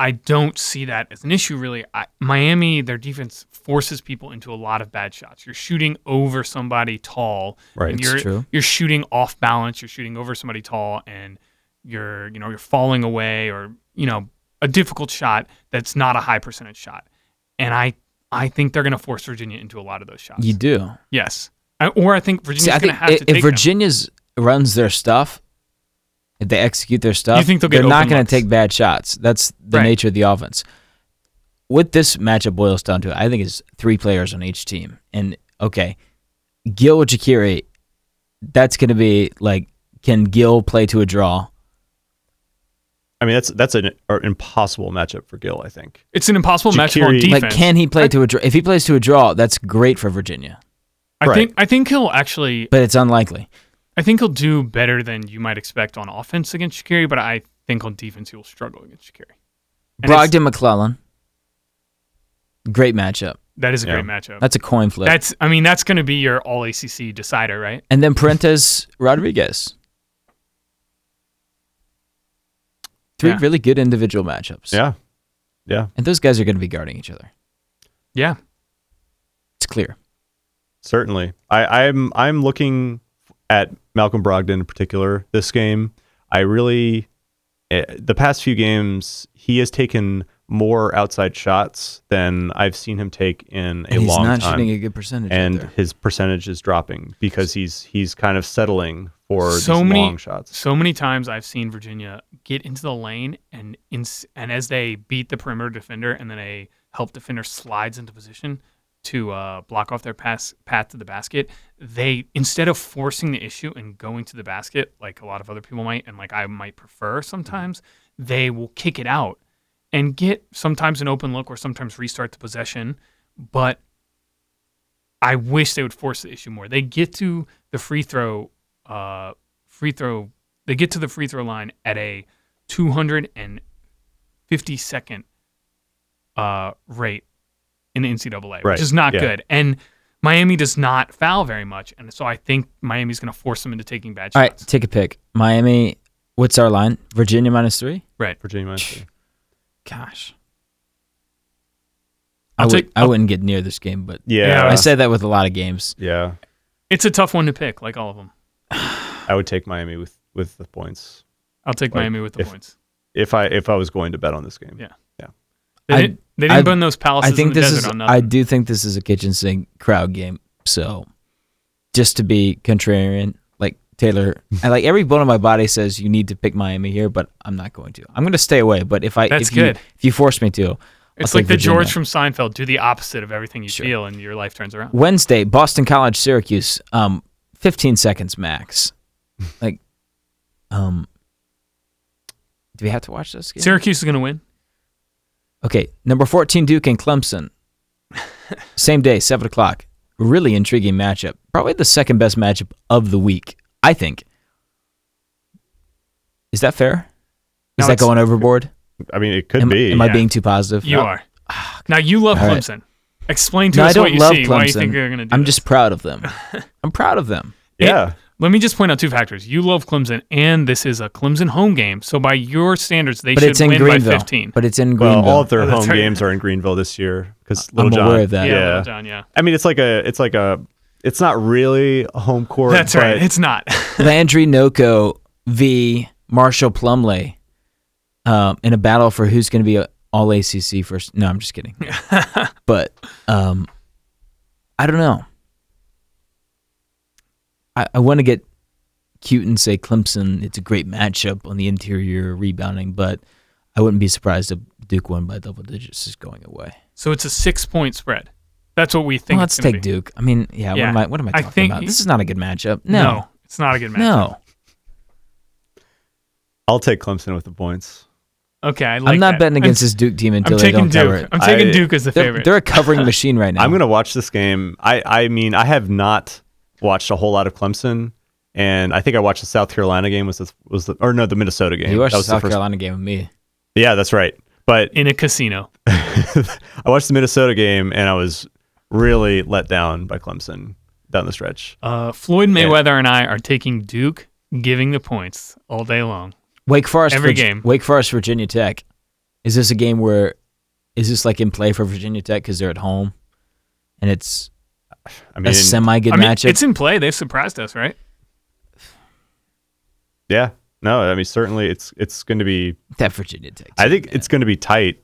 Speaker 2: I don't see that as an issue really. I, Miami, their defense forces people into a lot of bad shots. You're shooting over somebody tall,
Speaker 3: Right.
Speaker 2: and
Speaker 1: It's
Speaker 2: you're
Speaker 1: true.
Speaker 2: you're shooting off balance. You're shooting over somebody tall, and you're you know you're falling away or you know a difficult shot that's not a high percentage shot. And I I think they're going to force Virginia into a lot of those shots.
Speaker 1: You do.
Speaker 2: yes, I, or I think Virginia's
Speaker 1: See, I
Speaker 2: going
Speaker 1: think
Speaker 2: to have
Speaker 1: if,
Speaker 2: to take
Speaker 1: if
Speaker 2: them.
Speaker 1: Virginia's runs their stuff, if they execute their stuff,
Speaker 2: think they'll get
Speaker 1: they're not
Speaker 2: open
Speaker 1: going
Speaker 2: looks.
Speaker 1: to take bad shots. That's the
Speaker 2: Right.
Speaker 1: nature of the offense. What this matchup boils down to, I think, is three players on each team. And okay, Gil Jakiri, that's going to be like, can Gil play to a draw?
Speaker 3: I mean, that's that's an or impossible matchup for Gill. I think.
Speaker 2: It's an impossible matchup on
Speaker 3: Jakiri-
Speaker 2: defense.
Speaker 1: Like, can he play to a draw? If he plays to a draw, that's great for Virginia,
Speaker 2: I
Speaker 3: Right.
Speaker 2: think I think he'll actually
Speaker 1: but it's unlikely.
Speaker 2: I think he'll do better than you might expect on offense against Shakiri, but I think on defense he'll struggle against Shakiri. And it's-
Speaker 1: Brogdon McClellan, great matchup.
Speaker 2: that is a
Speaker 3: Yeah.
Speaker 2: great matchup.
Speaker 1: That's a coin flip.
Speaker 2: That's I mean that's going to be your all ACC decider, right?
Speaker 1: And then Parentes Rodriguez. Three
Speaker 2: Yeah.
Speaker 1: really good individual matchups.
Speaker 3: Yeah, yeah.
Speaker 1: And those guys are going to be guarding each other.
Speaker 2: Yeah.
Speaker 1: It's clear.
Speaker 3: Certainly. I, I'm I'm looking at Malcolm Brogdon in particular this game. I really eh, the past few games he has taken more outside shots than I've seen him take in a
Speaker 1: and he's
Speaker 3: long
Speaker 1: not
Speaker 3: time.
Speaker 1: shooting a good percentage. out
Speaker 3: and
Speaker 1: there.
Speaker 3: his percentage is dropping because he's he's kind of settling for
Speaker 2: So
Speaker 3: these
Speaker 2: many-
Speaker 3: long shots.
Speaker 2: So many times I've seen Virginia get into the lane and ins- and as they beat the perimeter defender and then a help defender slides into position to uh, block off their pass path to the basket, they instead of forcing the issue and going to the basket like a lot of other people might and like I might prefer sometimes, they will kick it out and get sometimes an open look or sometimes restart the possession, but I wish they would force the issue more. They get to the free throw uh, free throw they get to the free throw line at a 250 second uh, rate in the NCAA,
Speaker 3: Right,
Speaker 2: which is not
Speaker 3: yeah.
Speaker 2: good. And Miami does not foul very much, and so I think Miami's going to force them into taking bad
Speaker 1: All right,
Speaker 2: shots.
Speaker 1: take a pick. Miami. What's our line? Virginia minus three.
Speaker 2: Right.
Speaker 3: Virginia minus three.
Speaker 1: Gosh, I
Speaker 2: I'll
Speaker 1: would.
Speaker 2: take-
Speaker 1: I wouldn't get near this game, but
Speaker 3: Yeah.
Speaker 1: I
Speaker 3: Yeah.
Speaker 1: say that with a lot of games.
Speaker 2: It's a tough one to pick, like all of them.
Speaker 3: I would take Miami with with the points.
Speaker 2: I'll take
Speaker 3: Like,
Speaker 2: Miami with the
Speaker 3: if-
Speaker 2: points.
Speaker 3: if I if I was going to bet on this game.
Speaker 2: Yeah. They
Speaker 1: I-
Speaker 2: didn't, they didn't
Speaker 1: I-
Speaker 2: burn those palaces
Speaker 1: I think
Speaker 2: in the
Speaker 1: this
Speaker 2: desert
Speaker 1: is.
Speaker 2: on nothing.
Speaker 1: I do think this is a kitchen sink crowd game. So, just to be contrarian, like Taylor, and like every bone in my body says you need to pick Miami here, but I'm not going to. I'm going to stay away. But if I,
Speaker 2: That's
Speaker 1: if you,
Speaker 2: good.
Speaker 1: If you force me to,
Speaker 2: It's
Speaker 1: I'll
Speaker 2: like
Speaker 1: take
Speaker 2: the George
Speaker 1: Virginia.
Speaker 2: from Seinfeld. Do the opposite of everything you
Speaker 1: Sure.
Speaker 2: feel, and your life turns around.
Speaker 1: Wednesday, Boston College, Syracuse. Um, fifteen seconds max. Like, um, do we have to watch this game?
Speaker 2: Syracuse is going to win.
Speaker 1: okay, number fourteen, Duke and Clemson. Same day, seven o'clock. Really intriguing matchup. Probably the second best matchup of the week, I think. Is that fair? Is
Speaker 2: No,
Speaker 1: that
Speaker 2: it's-
Speaker 1: going overboard?
Speaker 3: I mean, it could
Speaker 1: am
Speaker 3: be.
Speaker 1: am I
Speaker 2: yeah.
Speaker 1: being too positive?
Speaker 2: You
Speaker 1: No.
Speaker 2: are. Now you love
Speaker 1: All right.
Speaker 2: Clemson. Explain to
Speaker 1: No,
Speaker 2: us
Speaker 1: I
Speaker 2: what
Speaker 1: don't
Speaker 2: you
Speaker 1: love
Speaker 2: see.
Speaker 1: Clemson.
Speaker 2: Why you think they're going to do
Speaker 1: I'm
Speaker 2: this.
Speaker 1: just proud of them. I'm proud of them.
Speaker 3: yeah.
Speaker 2: Let me just point out two factors. You love Clemson, and this is a Clemson home game. So by your standards, they
Speaker 1: But
Speaker 2: should
Speaker 1: it's in
Speaker 2: win
Speaker 1: Greenville.
Speaker 2: by 15.
Speaker 1: But it's in Greenville.
Speaker 3: Well, all of their
Speaker 2: Oh, that's
Speaker 3: home
Speaker 2: right.
Speaker 3: games are in Greenville this year because Little John.
Speaker 1: aware of that.
Speaker 2: yeah,
Speaker 1: uh, Yeah,
Speaker 2: Little John, yeah.
Speaker 3: I mean, it's like a it's like a it's not really a home court.
Speaker 2: That's right.
Speaker 3: but
Speaker 2: It's not.
Speaker 1: Landry Noko v. Marshall Plumley um, in a battle for who's going to be a- all ACC first. No, I'm just kidding. but um, I don't know. I, I want to get cute and say Clemson. It's a great matchup on the interior rebounding, but I wouldn't be surprised if Duke won by double digits is going away.
Speaker 2: so it's a six point spread. That's what we think.
Speaker 1: Well,
Speaker 2: it's
Speaker 1: let's
Speaker 2: gonna
Speaker 1: take
Speaker 2: be.
Speaker 1: Duke. I mean, yeah,
Speaker 2: Yeah.
Speaker 1: What am I? What am I
Speaker 2: I
Speaker 1: talking
Speaker 2: think-
Speaker 1: about? This is not a good matchup.
Speaker 2: No, it's not a good match.
Speaker 1: no.
Speaker 3: I'll take Clemson with the points.
Speaker 2: Okay, I like
Speaker 1: I'm not
Speaker 2: that.
Speaker 1: betting
Speaker 2: I'm-
Speaker 1: against this Duke team
Speaker 2: I'm,
Speaker 1: until they
Speaker 2: taking
Speaker 1: don't cover
Speaker 2: Duke.
Speaker 1: it.
Speaker 2: I'm taking
Speaker 3: I-
Speaker 2: Duke as the
Speaker 1: They're,
Speaker 2: favorite.
Speaker 1: they're a covering machine right now.
Speaker 3: I'm gonna watch this game. I I mean, I have not watched a whole lot of Clemson, and I think I watched the South Carolina game was the, was the, or no the Minnesota game.
Speaker 1: You watched
Speaker 3: that
Speaker 1: the
Speaker 3: was
Speaker 1: South
Speaker 3: the first.
Speaker 1: Carolina game with me.
Speaker 3: Yeah, that's right. But
Speaker 2: in a casino.
Speaker 3: I watched the Minnesota game, and I was really let down by Clemson down the stretch.
Speaker 2: Uh, Floyd Mayweather and I are taking Duke, giving the points all day long.
Speaker 1: Wake Forest.
Speaker 2: Every
Speaker 1: Virg-
Speaker 2: game.
Speaker 1: Wake Forest, Virginia Tech. Is this a game where? Is this like in play for Virginia Tech because they're at home, and it's
Speaker 3: I mean,
Speaker 1: a semi good
Speaker 2: I mean,
Speaker 1: matchup?
Speaker 2: it's in play. They've surprised us, right?
Speaker 3: yeah, no, I mean certainly it's it's going to be.
Speaker 1: that Virginia Tech.
Speaker 3: I
Speaker 1: team,
Speaker 3: think
Speaker 1: man.
Speaker 3: it's going to be tight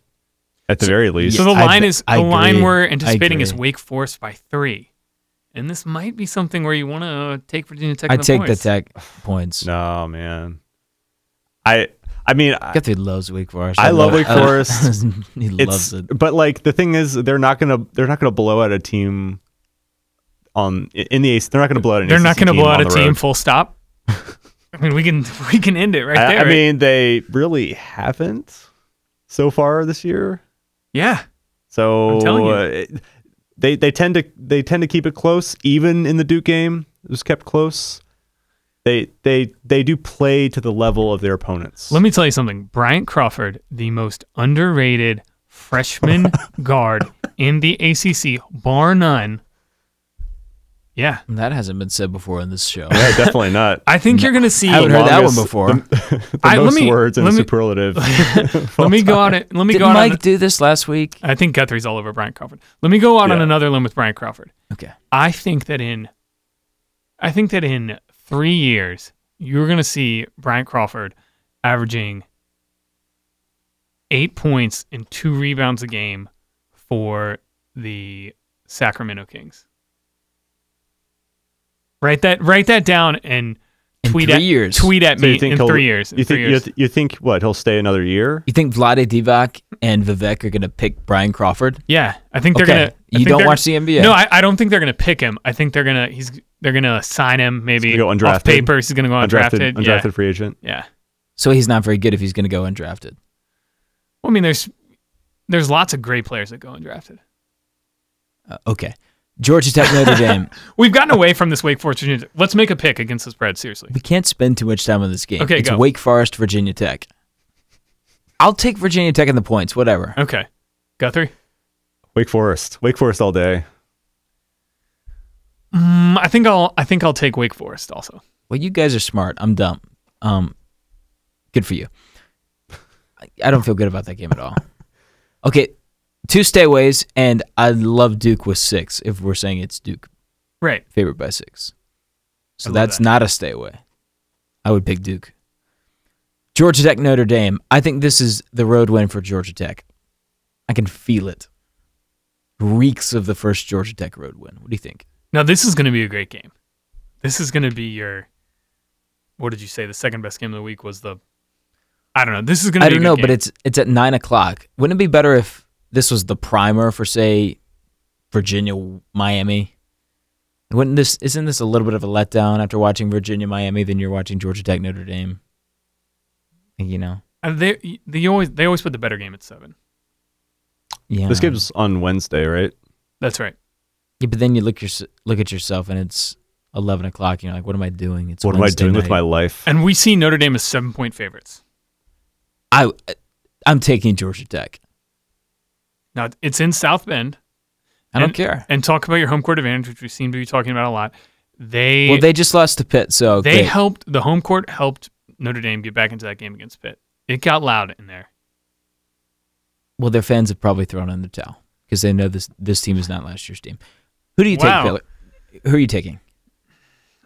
Speaker 3: at the very least.
Speaker 2: So the
Speaker 1: I
Speaker 2: line
Speaker 1: be-
Speaker 2: is
Speaker 1: I
Speaker 2: the line
Speaker 1: agree.
Speaker 2: we're
Speaker 1: I
Speaker 2: anticipating is
Speaker 1: agree.
Speaker 2: Wake Forest by three, and this might be something where you want to take Virginia Tech.
Speaker 1: I
Speaker 2: in the
Speaker 1: take
Speaker 2: points.
Speaker 1: the Tech points.
Speaker 3: No man, I I mean I-
Speaker 1: Guthrie loves Wake Forest.
Speaker 3: I love Wake Forest.
Speaker 1: he
Speaker 3: it's
Speaker 1: loves it.
Speaker 3: but like the thing is they're not gonna they're not gonna blow out a team on in the ace they're not gonna blow out an
Speaker 2: They're not
Speaker 3: ACC
Speaker 2: going to blow out
Speaker 3: on
Speaker 2: a
Speaker 3: the
Speaker 2: team.
Speaker 3: road.
Speaker 2: Full stop. I mean, we can we can end it right
Speaker 3: I,
Speaker 2: there.
Speaker 3: I mean they really haven't so far this year.
Speaker 2: yeah,
Speaker 3: So
Speaker 2: I'm telling you.
Speaker 3: uh, it- they they tend to they tend to keep it close, even in the Duke game. It was kept close. They they they do play to the level of their opponents.
Speaker 2: let me tell you something. Bryant Crawford, the most underrated freshman guard in the ACC, bar none, Yeah.
Speaker 1: That hasn't been said before on this show.
Speaker 3: Yeah, definitely not.
Speaker 2: I think you're going to see.
Speaker 1: I haven't heard that one
Speaker 3: longest-
Speaker 1: before.
Speaker 3: the
Speaker 2: I- let
Speaker 3: most
Speaker 2: me-
Speaker 3: words in
Speaker 2: let
Speaker 3: a
Speaker 2: me-
Speaker 3: superlative.
Speaker 2: Let me go out. and- Let me
Speaker 1: Did
Speaker 2: go out. on-
Speaker 1: Mike do this last week?
Speaker 2: I think Guthrie's all over Brian Crawford. Let me go out on
Speaker 3: Yeah.
Speaker 2: another limb with Brian Crawford.
Speaker 1: Okay.
Speaker 2: I think that in, I think that in three years you're going to see Brian Crawford averaging eight points and two rebounds a game for the Sacramento Kings. Write that. Write that down and
Speaker 1: In
Speaker 2: tweet
Speaker 1: three
Speaker 2: at
Speaker 1: years.
Speaker 2: tweet at
Speaker 3: So you
Speaker 2: me
Speaker 3: think
Speaker 2: in
Speaker 3: he'll-
Speaker 2: three years. In
Speaker 3: You
Speaker 2: three
Speaker 3: think
Speaker 2: years.
Speaker 3: you, th- you think what? He'll stay another year?
Speaker 1: You think Vlade Divac and Vivek are going to pick Brian Crawford?
Speaker 2: Yeah, I think they're
Speaker 1: Okay.
Speaker 2: gonna. I
Speaker 1: You
Speaker 2: think
Speaker 1: don't
Speaker 2: they're-
Speaker 1: watch the NBA.
Speaker 2: No, I, I don't think they're gonna pick him. I think they're gonna he's they're gonna sign him maybe
Speaker 3: He's gonna go
Speaker 2: off
Speaker 3: undrafted.
Speaker 2: paper. He's gonna go undrafted.
Speaker 3: Undrafted,
Speaker 2: yeah.
Speaker 3: undrafted free agent.
Speaker 2: yeah.
Speaker 1: So he's not very good if he's going to go undrafted.
Speaker 2: Well, I mean, there's there's lots of great players that go undrafted.
Speaker 1: Uh, okay. Georgia Tech Notre Dame.
Speaker 2: We've gotten away from this Wake Forest. Virginia. Let's make a pick against the spread. Seriously,
Speaker 1: We can't spend too much time on this game.
Speaker 2: Okay,
Speaker 1: it's
Speaker 2: go.
Speaker 1: Wake Forest, Virginia Tech. I'll take Virginia Tech in the points, whatever.
Speaker 2: okay, Guthrie.
Speaker 3: Wake Forest. Wake Forest all day.
Speaker 2: Mm, I think I'll I think I'll take Wake Forest also.
Speaker 1: Well, you guys are smart. I'm dumb. Um, good for you. I, I don't feel good about that game at all. Okay, two stayaways, and I love Duke with six. If we're saying it's Duke
Speaker 2: Right.
Speaker 1: favored by six, so
Speaker 2: I love
Speaker 1: that's
Speaker 2: that.
Speaker 1: not a stayaway. I would pick Duke. Georgia Tech Notre Dame. I think this is the road win for Georgia Tech. I can feel it. Reeks of the first Georgia Tech road win. What do you think?
Speaker 2: Now this is gonna be a great game. This is gonna be your. What did you say? The second best game of the week was the. I don't know. This is gonna.
Speaker 1: I
Speaker 2: be a
Speaker 1: don't
Speaker 2: good
Speaker 1: know,
Speaker 2: game.
Speaker 1: but it's it's at nine o'clock. Wouldn't it be better if this was the primer for say Virginia Miami? Wouldn't this isn't this a little bit of a letdown after watching Virginia Miami than you're watching Georgia Tech Notre Dame? You know,
Speaker 2: Uh, they they always they always put the better game at seven.
Speaker 1: yeah.
Speaker 3: This game's on Wednesday, right?
Speaker 2: That's right.
Speaker 1: yeah, but then you look your look at yourself and it's eleven o'clock. And you're like, what am I doing? It's
Speaker 3: what
Speaker 1: Wednesday
Speaker 3: am I doing
Speaker 1: night.
Speaker 3: with my life?
Speaker 2: And we see Notre Dame as seven point favorites.
Speaker 1: I I'm taking Georgia Tech.
Speaker 2: Now it's in South Bend.
Speaker 1: I don't care.
Speaker 2: And talk about your home court advantage, which we seem to be talking about a lot. They
Speaker 1: Well, they just lost to Pitt, so
Speaker 2: they
Speaker 1: great.
Speaker 2: helped the home court helped Notre Dame get back into that game against Pitt. It got loud in there.
Speaker 1: Well, their fans have probably thrown in the towel because they know this this team is not last year's team. Who do you
Speaker 2: Wow.
Speaker 1: take, Baylor? Who are you taking?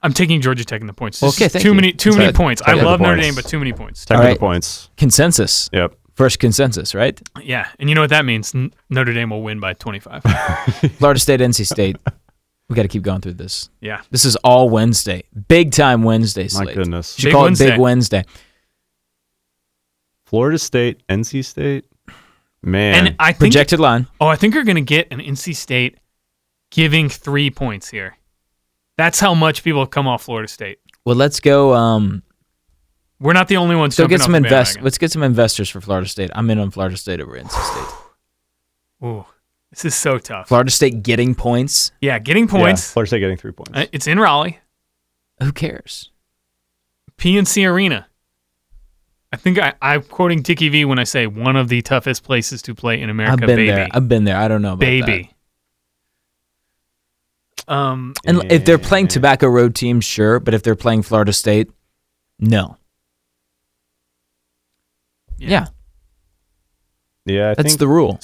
Speaker 2: I'm taking Georgia Tech in the points. This
Speaker 1: Okay,
Speaker 2: is
Speaker 1: thank
Speaker 2: too
Speaker 1: you.
Speaker 2: many too
Speaker 1: So-
Speaker 2: many points. I
Speaker 3: Tech of the
Speaker 2: love Notre
Speaker 3: points.
Speaker 2: Dame, but too many points.
Speaker 3: Tech
Speaker 1: All
Speaker 3: of
Speaker 1: right.
Speaker 3: the points.
Speaker 1: Consensus.
Speaker 3: Yep.
Speaker 1: First consensus, right?
Speaker 2: Yeah, and you know what that means? N- Notre Dame will win by 25.
Speaker 1: Florida State, NC State. We got to keep going through this.
Speaker 2: yeah,
Speaker 1: This is all Wednesday, big time Wednesday
Speaker 3: My
Speaker 1: slate.
Speaker 3: goodness.
Speaker 1: Should
Speaker 2: Big
Speaker 1: call it
Speaker 2: Wednesday.
Speaker 1: Big Wednesday.
Speaker 3: Florida State, NC State. Man.
Speaker 2: and I think
Speaker 1: Projected line.
Speaker 2: Oh, I think you're going to get an NC State giving three points here. That's how much people have come off Florida State.
Speaker 1: Well, let's go. Um,
Speaker 2: We're not the only ones.
Speaker 1: so
Speaker 2: jumping
Speaker 1: get
Speaker 2: off
Speaker 1: some
Speaker 2: the
Speaker 1: invest.
Speaker 2: bandwagon.
Speaker 1: Let's get some investors for Florida State. I'm in on Florida State over NC State.
Speaker 2: Ooh, this is so tough.
Speaker 1: Florida State getting points.
Speaker 2: Yeah, getting
Speaker 3: Yeah,
Speaker 2: points.
Speaker 3: Florida State getting three points.
Speaker 2: Uh, It's in Raleigh,
Speaker 1: Who cares?
Speaker 2: PNC Arena. I think I, I'm quoting Dickie V when I say one of the toughest places to play in America,
Speaker 1: I've been
Speaker 2: baby,
Speaker 1: there. I've been there. I don't know about that.
Speaker 2: baby. Um,
Speaker 1: And l- if they're playing Tobacco Road team, sure, but if they're playing Florida State, no. Yeah,
Speaker 2: Yeah.
Speaker 3: yeah, I
Speaker 1: that's
Speaker 3: think,
Speaker 1: the rule.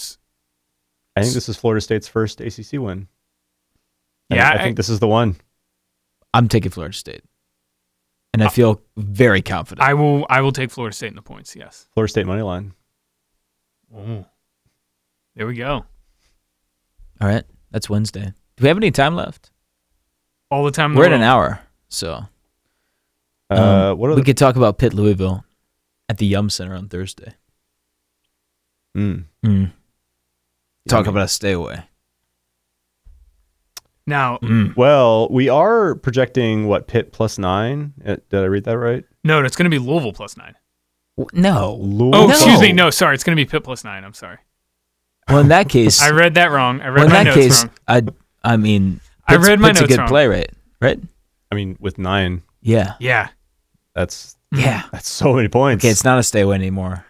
Speaker 3: I think this is Florida State's first ACC win. I-
Speaker 2: Yeah,
Speaker 3: I,
Speaker 2: I-
Speaker 3: think this is the one.
Speaker 1: I'm taking Florida State, and I feel very confident.
Speaker 2: Uh, I will. I will take Florida State in the points. Yes.
Speaker 3: Florida State money line.
Speaker 2: Ooh. There we go.
Speaker 1: All right, that's Wednesday. Do we have any time left?
Speaker 2: All the time. in the
Speaker 1: We're at
Speaker 2: world.
Speaker 1: an hour, so um,
Speaker 3: Uh, what are
Speaker 1: we
Speaker 3: the,
Speaker 1: could talk about Pitt Louisville at the Yum Center on Thursday.
Speaker 3: Mm.
Speaker 1: Mm. Talk
Speaker 3: Yummy.
Speaker 1: about a stay away.
Speaker 2: Now,
Speaker 1: Mm.
Speaker 3: Well, we are projecting what Pitt plus nine. Uh, Did I read that right?
Speaker 2: no, it's going to be Louisville plus nine.
Speaker 1: W- No.
Speaker 2: Oh,
Speaker 3: Louisville.
Speaker 2: excuse me. No, sorry. It's going to be Pitt plus nine. I'm sorry.
Speaker 1: Well, in that case,
Speaker 2: I read that wrong. I read
Speaker 1: well, in
Speaker 2: my
Speaker 1: that
Speaker 2: notes
Speaker 1: case,
Speaker 2: wrong.
Speaker 1: I I mean,
Speaker 2: I
Speaker 1: Pitt's-
Speaker 2: read my
Speaker 1: Pitt's a
Speaker 2: notes
Speaker 1: good
Speaker 2: wrong.
Speaker 1: play rate, right?
Speaker 3: I mean, with nine,
Speaker 1: Yeah.
Speaker 2: Yeah.
Speaker 3: that's
Speaker 2: Mm.
Speaker 1: Yeah.
Speaker 3: that's so many points.
Speaker 1: Okay, it's not a stay away anymore.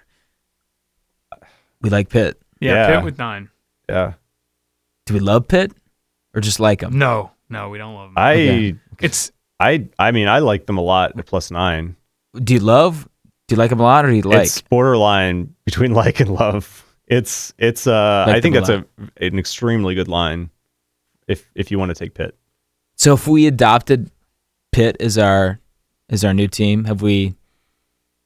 Speaker 1: We like Pitt.
Speaker 2: Yeah.
Speaker 3: Yeah.
Speaker 2: Pitt with nine.
Speaker 3: yeah.
Speaker 1: Do we love Pitt or just like him?
Speaker 2: No. No, we don't love him.
Speaker 3: I
Speaker 4: Okay.
Speaker 2: it's
Speaker 3: I I mean I like them a lot at plus nine.
Speaker 1: Do you love? Do you like him a lot, or do you like?
Speaker 3: it's borderline between like and love. It's it's uh
Speaker 4: Like
Speaker 3: I think
Speaker 4: them a
Speaker 3: that's a an extremely good line if if you want to take Pitt.
Speaker 1: So if we adopted Pitt as our as our new team, have we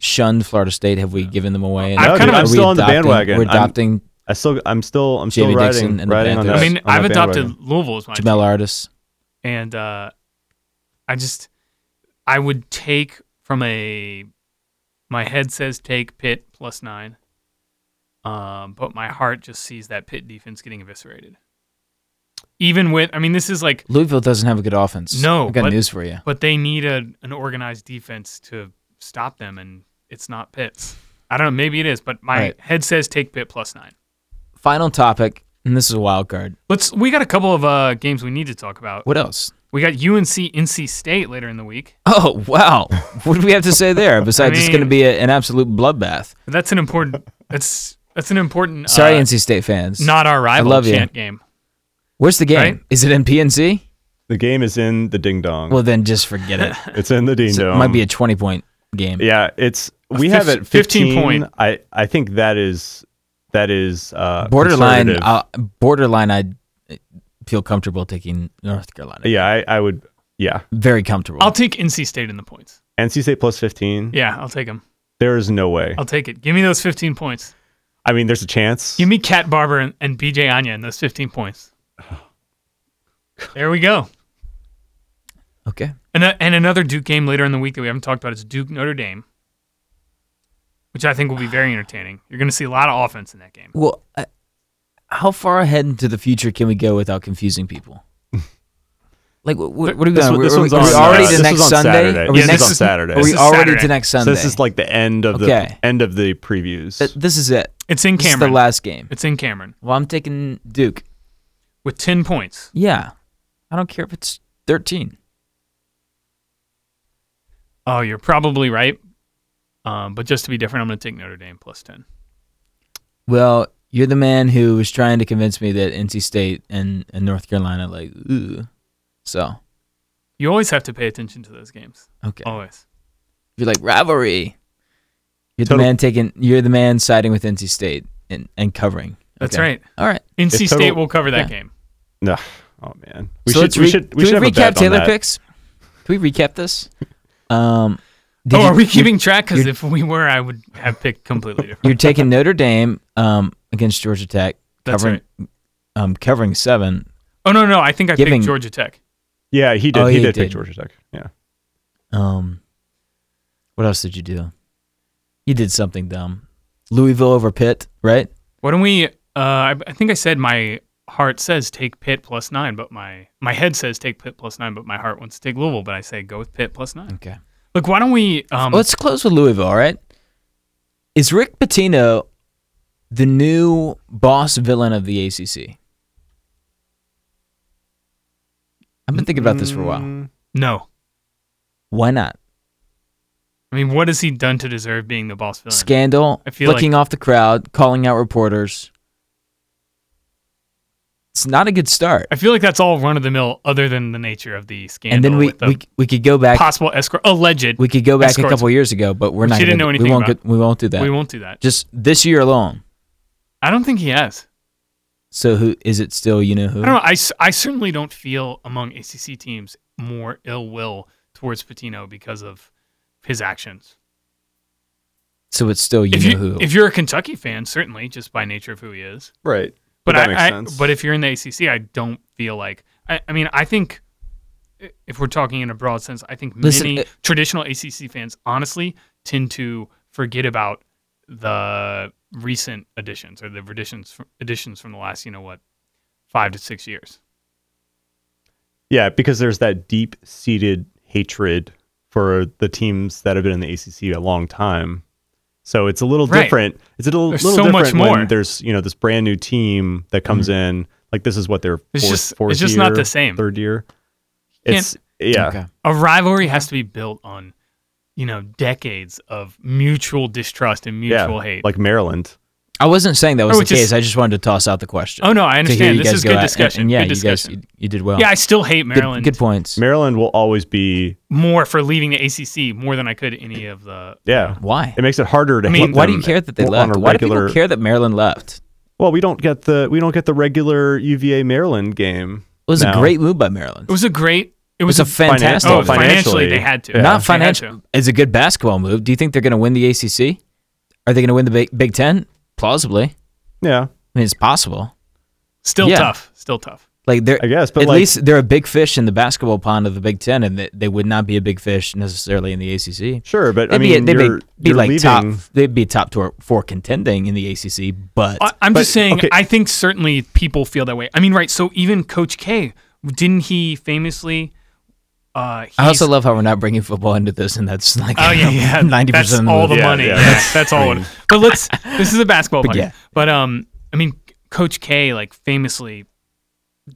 Speaker 1: shunned Florida State? Have we given them away?
Speaker 2: I've
Speaker 3: No,
Speaker 2: kind
Speaker 3: dude,
Speaker 2: of-
Speaker 3: I'm
Speaker 1: Are we
Speaker 3: still on the
Speaker 1: adopting-
Speaker 3: bandwagon.
Speaker 1: We're
Speaker 3: I'm-
Speaker 1: adopting
Speaker 3: I still I'm still I'm still
Speaker 1: JV
Speaker 3: riding
Speaker 1: Dixon and the
Speaker 3: riding on that.
Speaker 1: Panthers.
Speaker 2: I mean,
Speaker 3: on
Speaker 2: I've
Speaker 3: that
Speaker 2: adopted
Speaker 3: bandwagon.
Speaker 2: Louisville as my team,
Speaker 1: Jamel Artis.
Speaker 2: and uh, I just I would take from a my head says take Pitt plus nine, um, but my heart just sees that Pitt defense getting eviscerated. Even with, I mean, this is like,
Speaker 1: Louisville doesn't have a good offense.
Speaker 2: No,
Speaker 1: I've got
Speaker 2: but-
Speaker 1: news for you.
Speaker 2: but they need a, an organized defense to stop them, and it's not Pitt's. I don't know, maybe it is, but my
Speaker 1: Right.
Speaker 2: head says take Pitt plus nine.
Speaker 1: Final topic, and this is a wild card.
Speaker 2: Let's. We got a couple of uh, games we need to talk about.
Speaker 1: What else?
Speaker 2: We got UNC NC State later in the week.
Speaker 1: Oh wow! what do we have to say there? Besides, it's going to
Speaker 2: mean- Uh,
Speaker 1: be a, an absolute bloodbath.
Speaker 2: That's an important. That's that's an important.
Speaker 1: Sorry,
Speaker 2: uh,
Speaker 1: NC State fans.
Speaker 2: Not our rival
Speaker 1: love you.
Speaker 2: chant game.
Speaker 1: Where's the game?
Speaker 2: right?
Speaker 1: Is it in PNC?
Speaker 3: The game is in the ding dong.
Speaker 1: Well, then just forget it.
Speaker 3: it's in the ding
Speaker 1: So
Speaker 3: dong.
Speaker 1: it might be a twenty-point game.
Speaker 3: um, yeah, it's we
Speaker 2: fif-
Speaker 3: have it
Speaker 2: 15
Speaker 3: 15,
Speaker 2: point.
Speaker 3: I I think that is that is uh
Speaker 1: borderline.
Speaker 3: conservative.
Speaker 1: Uh, borderline. I feel comfortable taking North Carolina.
Speaker 3: yeah, I, I would yeah.
Speaker 1: Very comfortable.
Speaker 2: I'll take NC State in the points.
Speaker 3: NC State plus 15.
Speaker 2: Yeah, I'll take them.
Speaker 3: There is no way.
Speaker 2: I'll take it. Give me those 15 points.
Speaker 3: I mean, there's a chance.
Speaker 2: Give me Kat Barber and, and BJ Anya in those 15 points. There we go.
Speaker 1: okay.
Speaker 2: And, a- and another Duke game later in the week that we haven't talked about is Duke Notre Dame, which I think will be very entertaining. You're going to see a lot of offense in that game.
Speaker 1: Well, uh, how far ahead into the future can we go without confusing people? Like, what, what are we
Speaker 3: This
Speaker 1: going?
Speaker 3: one-
Speaker 1: Are,
Speaker 3: this
Speaker 1: we-
Speaker 3: one's
Speaker 1: are we
Speaker 3: on,
Speaker 1: already
Speaker 3: uh,
Speaker 1: to
Speaker 3: this
Speaker 1: next
Speaker 3: one's on
Speaker 1: Sunday?
Speaker 3: Saturday.
Speaker 1: Are we
Speaker 2: Yeah,
Speaker 1: next,
Speaker 2: this is-
Speaker 3: Saturday.
Speaker 1: Are we
Speaker 2: this is
Speaker 1: already
Speaker 2: Saturday.
Speaker 1: to next
Speaker 3: so
Speaker 1: Sunday?
Speaker 3: this is like the end of
Speaker 1: Okay.
Speaker 3: the end of the previews.
Speaker 1: Th- this is it.
Speaker 2: It's in
Speaker 1: This is
Speaker 2: Cameron.
Speaker 1: the last game.
Speaker 2: It's in Cameron
Speaker 1: Well, I'm taking Duke.
Speaker 2: with 10 points.
Speaker 1: Yeah, I don't care if it's thirteen.
Speaker 2: Oh, you're probably right. Um, but just to be different, I'm going to take Notre Dame plus 10.
Speaker 1: Well, you're the man who was trying to convince me that NC State and, and North Carolina, like, ooh. So,
Speaker 2: You always have to pay attention to those games.
Speaker 1: okay.
Speaker 2: Always.
Speaker 1: You're like, rivalry. You're
Speaker 3: Total-
Speaker 1: the man taking, you're the man siding with NC State and, and covering.
Speaker 2: That's
Speaker 1: Okay.
Speaker 2: right.
Speaker 1: All right.
Speaker 2: NC
Speaker 3: It's
Speaker 2: State
Speaker 3: total-
Speaker 2: will cover that
Speaker 1: Yeah.
Speaker 2: game.
Speaker 3: no. Oh man. We
Speaker 1: so
Speaker 3: should
Speaker 1: let's
Speaker 3: we
Speaker 1: re-
Speaker 3: should we
Speaker 1: can
Speaker 3: should have
Speaker 1: we
Speaker 3: a
Speaker 1: recap
Speaker 3: bet
Speaker 1: Taylor
Speaker 3: on that.
Speaker 1: picks? Can we recap this? Um, did
Speaker 2: Oh,
Speaker 1: you-
Speaker 2: are we
Speaker 1: you-
Speaker 2: keeping track? Because
Speaker 1: you're-
Speaker 2: if we were, I would have picked completely different.
Speaker 1: You're taking Notre Dame um, against Georgia Tech,
Speaker 2: That's
Speaker 1: covering, um, covering seven.
Speaker 2: Oh no, no, I think I
Speaker 1: Giving-
Speaker 2: picked Georgia Tech.
Speaker 3: Yeah, he did.
Speaker 1: Oh,
Speaker 3: he,
Speaker 1: he
Speaker 3: did,
Speaker 1: did.
Speaker 3: pick Georgia Tech. Yeah.
Speaker 1: Um, what else did you do? You did something dumb. Louisville over Pitt, right?
Speaker 2: Why don't we? Uh, I, I think I said my heart says take Pitt plus nine, but my my head says take Pitt plus nine, but my heart wants to take Louisville. But I say go with Pitt plus nine.
Speaker 1: Okay.
Speaker 2: Look, why don't we? Um,
Speaker 1: Let's close with Louisville, all right? Is Rick Pitino the new boss villain of the ACC? I've been thinking about this for a while.
Speaker 3: Mm,
Speaker 2: no.
Speaker 1: Why not?
Speaker 2: I mean, what has he done to deserve being the boss villain?
Speaker 1: Scandal,
Speaker 2: I feel
Speaker 1: flicking off the crowd, calling out reporters. It's not a good start.
Speaker 2: I feel like that's all run of the mill, other than the nature of the scandal.
Speaker 1: And then we,
Speaker 2: with the
Speaker 1: we we could go back
Speaker 2: possible escort alleged.
Speaker 1: we could go back a
Speaker 2: escorts.
Speaker 1: couple years ago, but we're
Speaker 2: Which
Speaker 1: not.
Speaker 2: he didn't
Speaker 1: gonna-
Speaker 2: know
Speaker 1: we
Speaker 2: anything
Speaker 1: won't
Speaker 2: about.
Speaker 1: go- we won't do that.
Speaker 2: We won't do that.
Speaker 1: Just this year alone.
Speaker 2: I don't think he has.
Speaker 1: So who is it still? You know who?
Speaker 2: I don't know. I, s- I certainly don't feel among ACC teams more ill will towards Patino because of his actions.
Speaker 1: So it's still you
Speaker 2: if
Speaker 1: know
Speaker 2: you
Speaker 1: who.
Speaker 2: if you're a Kentucky fan, certainly just by nature of who he is.
Speaker 3: right.
Speaker 2: But
Speaker 3: that
Speaker 2: I,
Speaker 3: makes
Speaker 2: I-
Speaker 3: sense.
Speaker 2: but if you're in the ACC, I don't feel like. I, I mean, I think i- if we're talking in a broad sense, I think
Speaker 1: Listen,
Speaker 2: many
Speaker 1: uh,
Speaker 2: traditional ACC fans honestly tend to forget about the recent additions or the additions fr- additions from the last you know what five to six years.
Speaker 3: yeah, because there's that deep seated hatred for the teams that have been in the ACC a long time. So it's a little
Speaker 2: Right.
Speaker 3: different. It's a little,
Speaker 2: There's
Speaker 3: little
Speaker 2: so much
Speaker 3: different when
Speaker 2: more. Mm-hmm.
Speaker 3: there's you know this brand new team that comes in. Like this is what their
Speaker 2: It's
Speaker 3: fourth,
Speaker 2: just-
Speaker 3: fourth
Speaker 2: it's just
Speaker 3: year,
Speaker 2: not the same.
Speaker 3: Third year.
Speaker 2: can't-
Speaker 3: It's yeah.
Speaker 1: Okay.
Speaker 2: a rivalry has to be built on you know decades of mutual distrust and mutual
Speaker 3: yeah,
Speaker 2: hate
Speaker 3: Like Maryland.
Speaker 1: I wasn't saying that
Speaker 2: Or
Speaker 1: was the
Speaker 2: which is-
Speaker 1: case. I just wanted to toss out the question.
Speaker 2: Oh no, I
Speaker 1: to hear
Speaker 2: understand.
Speaker 1: you
Speaker 2: This
Speaker 1: guys
Speaker 2: is
Speaker 1: go
Speaker 2: good
Speaker 1: at- and-
Speaker 2: discussion.
Speaker 1: and yeah,
Speaker 2: good
Speaker 1: you guys,
Speaker 2: discussion.
Speaker 1: you, you did well.
Speaker 2: yeah, I still hate
Speaker 1: good,
Speaker 2: Maryland
Speaker 1: good points.
Speaker 3: Maryland will always be.
Speaker 2: more for leaving the ACC more than I could any of the.
Speaker 3: Yeah,
Speaker 1: Why?
Speaker 3: it makes it harder to.
Speaker 2: I mean-
Speaker 3: hate
Speaker 1: Why do
Speaker 3: them
Speaker 1: you care that they
Speaker 3: on
Speaker 1: left?
Speaker 3: a
Speaker 1: Why do people
Speaker 3: regular-
Speaker 1: care that Maryland left?
Speaker 3: Well, we don't get the we don't get the regular UVA Maryland game.
Speaker 1: It was a
Speaker 3: No.
Speaker 1: great move by Maryland.
Speaker 2: It was a great.
Speaker 1: It
Speaker 2: It
Speaker 1: was
Speaker 2: was
Speaker 1: a fantastic.
Speaker 2: Oh,
Speaker 3: Oh,
Speaker 2: financially,
Speaker 3: financially.
Speaker 2: they had to.
Speaker 3: Yeah.
Speaker 1: Not
Speaker 2: They had to.
Speaker 1: financial. It's a good basketball move. Do you think they're going to win the ACC? Are they going to win the Big, Big Ten? Plausibly. I
Speaker 3: Yeah,
Speaker 1: mean, it's possible.
Speaker 2: Still
Speaker 1: Yeah.
Speaker 2: tough. Still tough.
Speaker 1: Like they're,
Speaker 3: I guess, but
Speaker 1: at
Speaker 3: like-
Speaker 1: least they're a big fish in the basketball pond of the Big Ten, and they, they would not be a big fish necessarily in the ACC.
Speaker 3: sure, but
Speaker 1: They'd
Speaker 3: I mean,
Speaker 1: be, they'd
Speaker 3: you're,
Speaker 1: be, be
Speaker 3: you're
Speaker 1: like
Speaker 3: leaving,
Speaker 1: top. They'd be top tour for contending in the ACC, but
Speaker 2: I, I'm
Speaker 3: But-
Speaker 2: just saying.
Speaker 3: okay.
Speaker 2: I think certainly people feel that way. I mean, right? So even Coach K, didn't he famously? Uh,
Speaker 1: I also
Speaker 2: he's-
Speaker 1: love how we're not bringing football into this, and that's like
Speaker 2: Oh yeah, yeah.
Speaker 1: ninety
Speaker 2: That's
Speaker 1: percent
Speaker 2: all
Speaker 1: of
Speaker 2: the
Speaker 3: Yeah,
Speaker 2: money.
Speaker 3: yeah,
Speaker 2: Yeah, that's, all. It, but let's. This is a basketball
Speaker 1: But
Speaker 2: but
Speaker 1: yeah.
Speaker 2: But um, I mean, Coach K, like famously,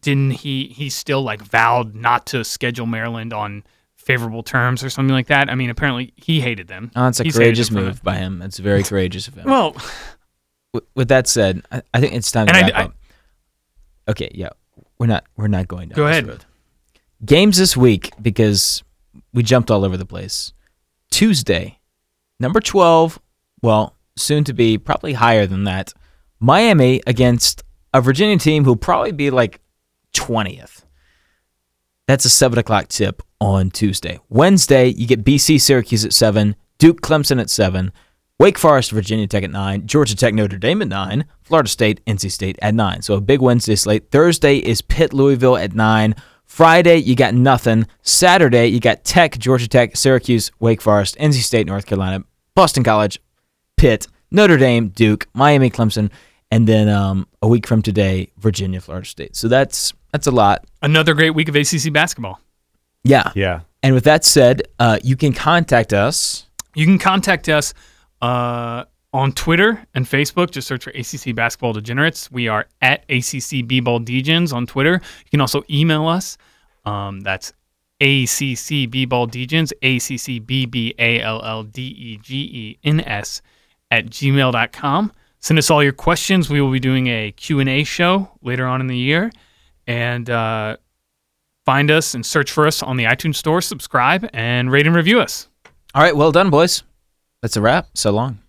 Speaker 2: didn't he? He still like vowed not to schedule Maryland on favorable terms or something like that. I mean, apparently he hated them.
Speaker 1: Oh, it's a
Speaker 2: He's hated
Speaker 1: courageous
Speaker 2: them for
Speaker 1: move by him. It's very courageous of him.
Speaker 2: that. Well,
Speaker 1: With- with that said, I, I think it's time to
Speaker 2: And I
Speaker 1: wrap
Speaker 2: d- I-
Speaker 1: up. Okay, yeah, we're not we're not going down.
Speaker 2: Go
Speaker 1: this
Speaker 2: ahead.
Speaker 1: road. Games this week because we jumped all over the place. Tuesday, number twelve. Well, soon to be probably higher than that. Miami against a Virginia team who'll probably be like twentieth. That's a seven o'clock tip on Tuesday. Wednesday, you get BC Syracuse at seven, Duke Clemson at seven, Wake Forest Virginia Tech at nine, Georgia Tech Notre Dame at nine, Florida State NC State at nine. So a big Wednesday slate. Thursday is Pitt Louisville at nine. Friday, you got nothing. Saturday, you got Tech, Georgia Tech, Syracuse, Wake Forest, NC State, North Carolina, Boston College, Pitt, Notre Dame, Duke, Miami, Clemson, and then um, a week from today, Virginia, Florida State. So that's that's a lot.
Speaker 2: another great week of ACC basketball.
Speaker 1: Yeah.
Speaker 3: Yeah,
Speaker 1: And with that said, uh, you can contact us.
Speaker 2: You can contact us uh, on Twitter and Facebook. Just search for ACC Basketball Degenerates. We are at ACC B-Ball Degens on Twitter. You can also email us. Um, that's ACC B-Ball Degens, ACC E B-B-A-L-L-D-E-G-E-N-S at gmail.com. Send us all your questions. We will be doing a Q&A show later on in the year. And uh, find us and search for us on the iTunes Store. Subscribe and rate and review us.
Speaker 1: All right. Well done, boys. That's a wrap. So long.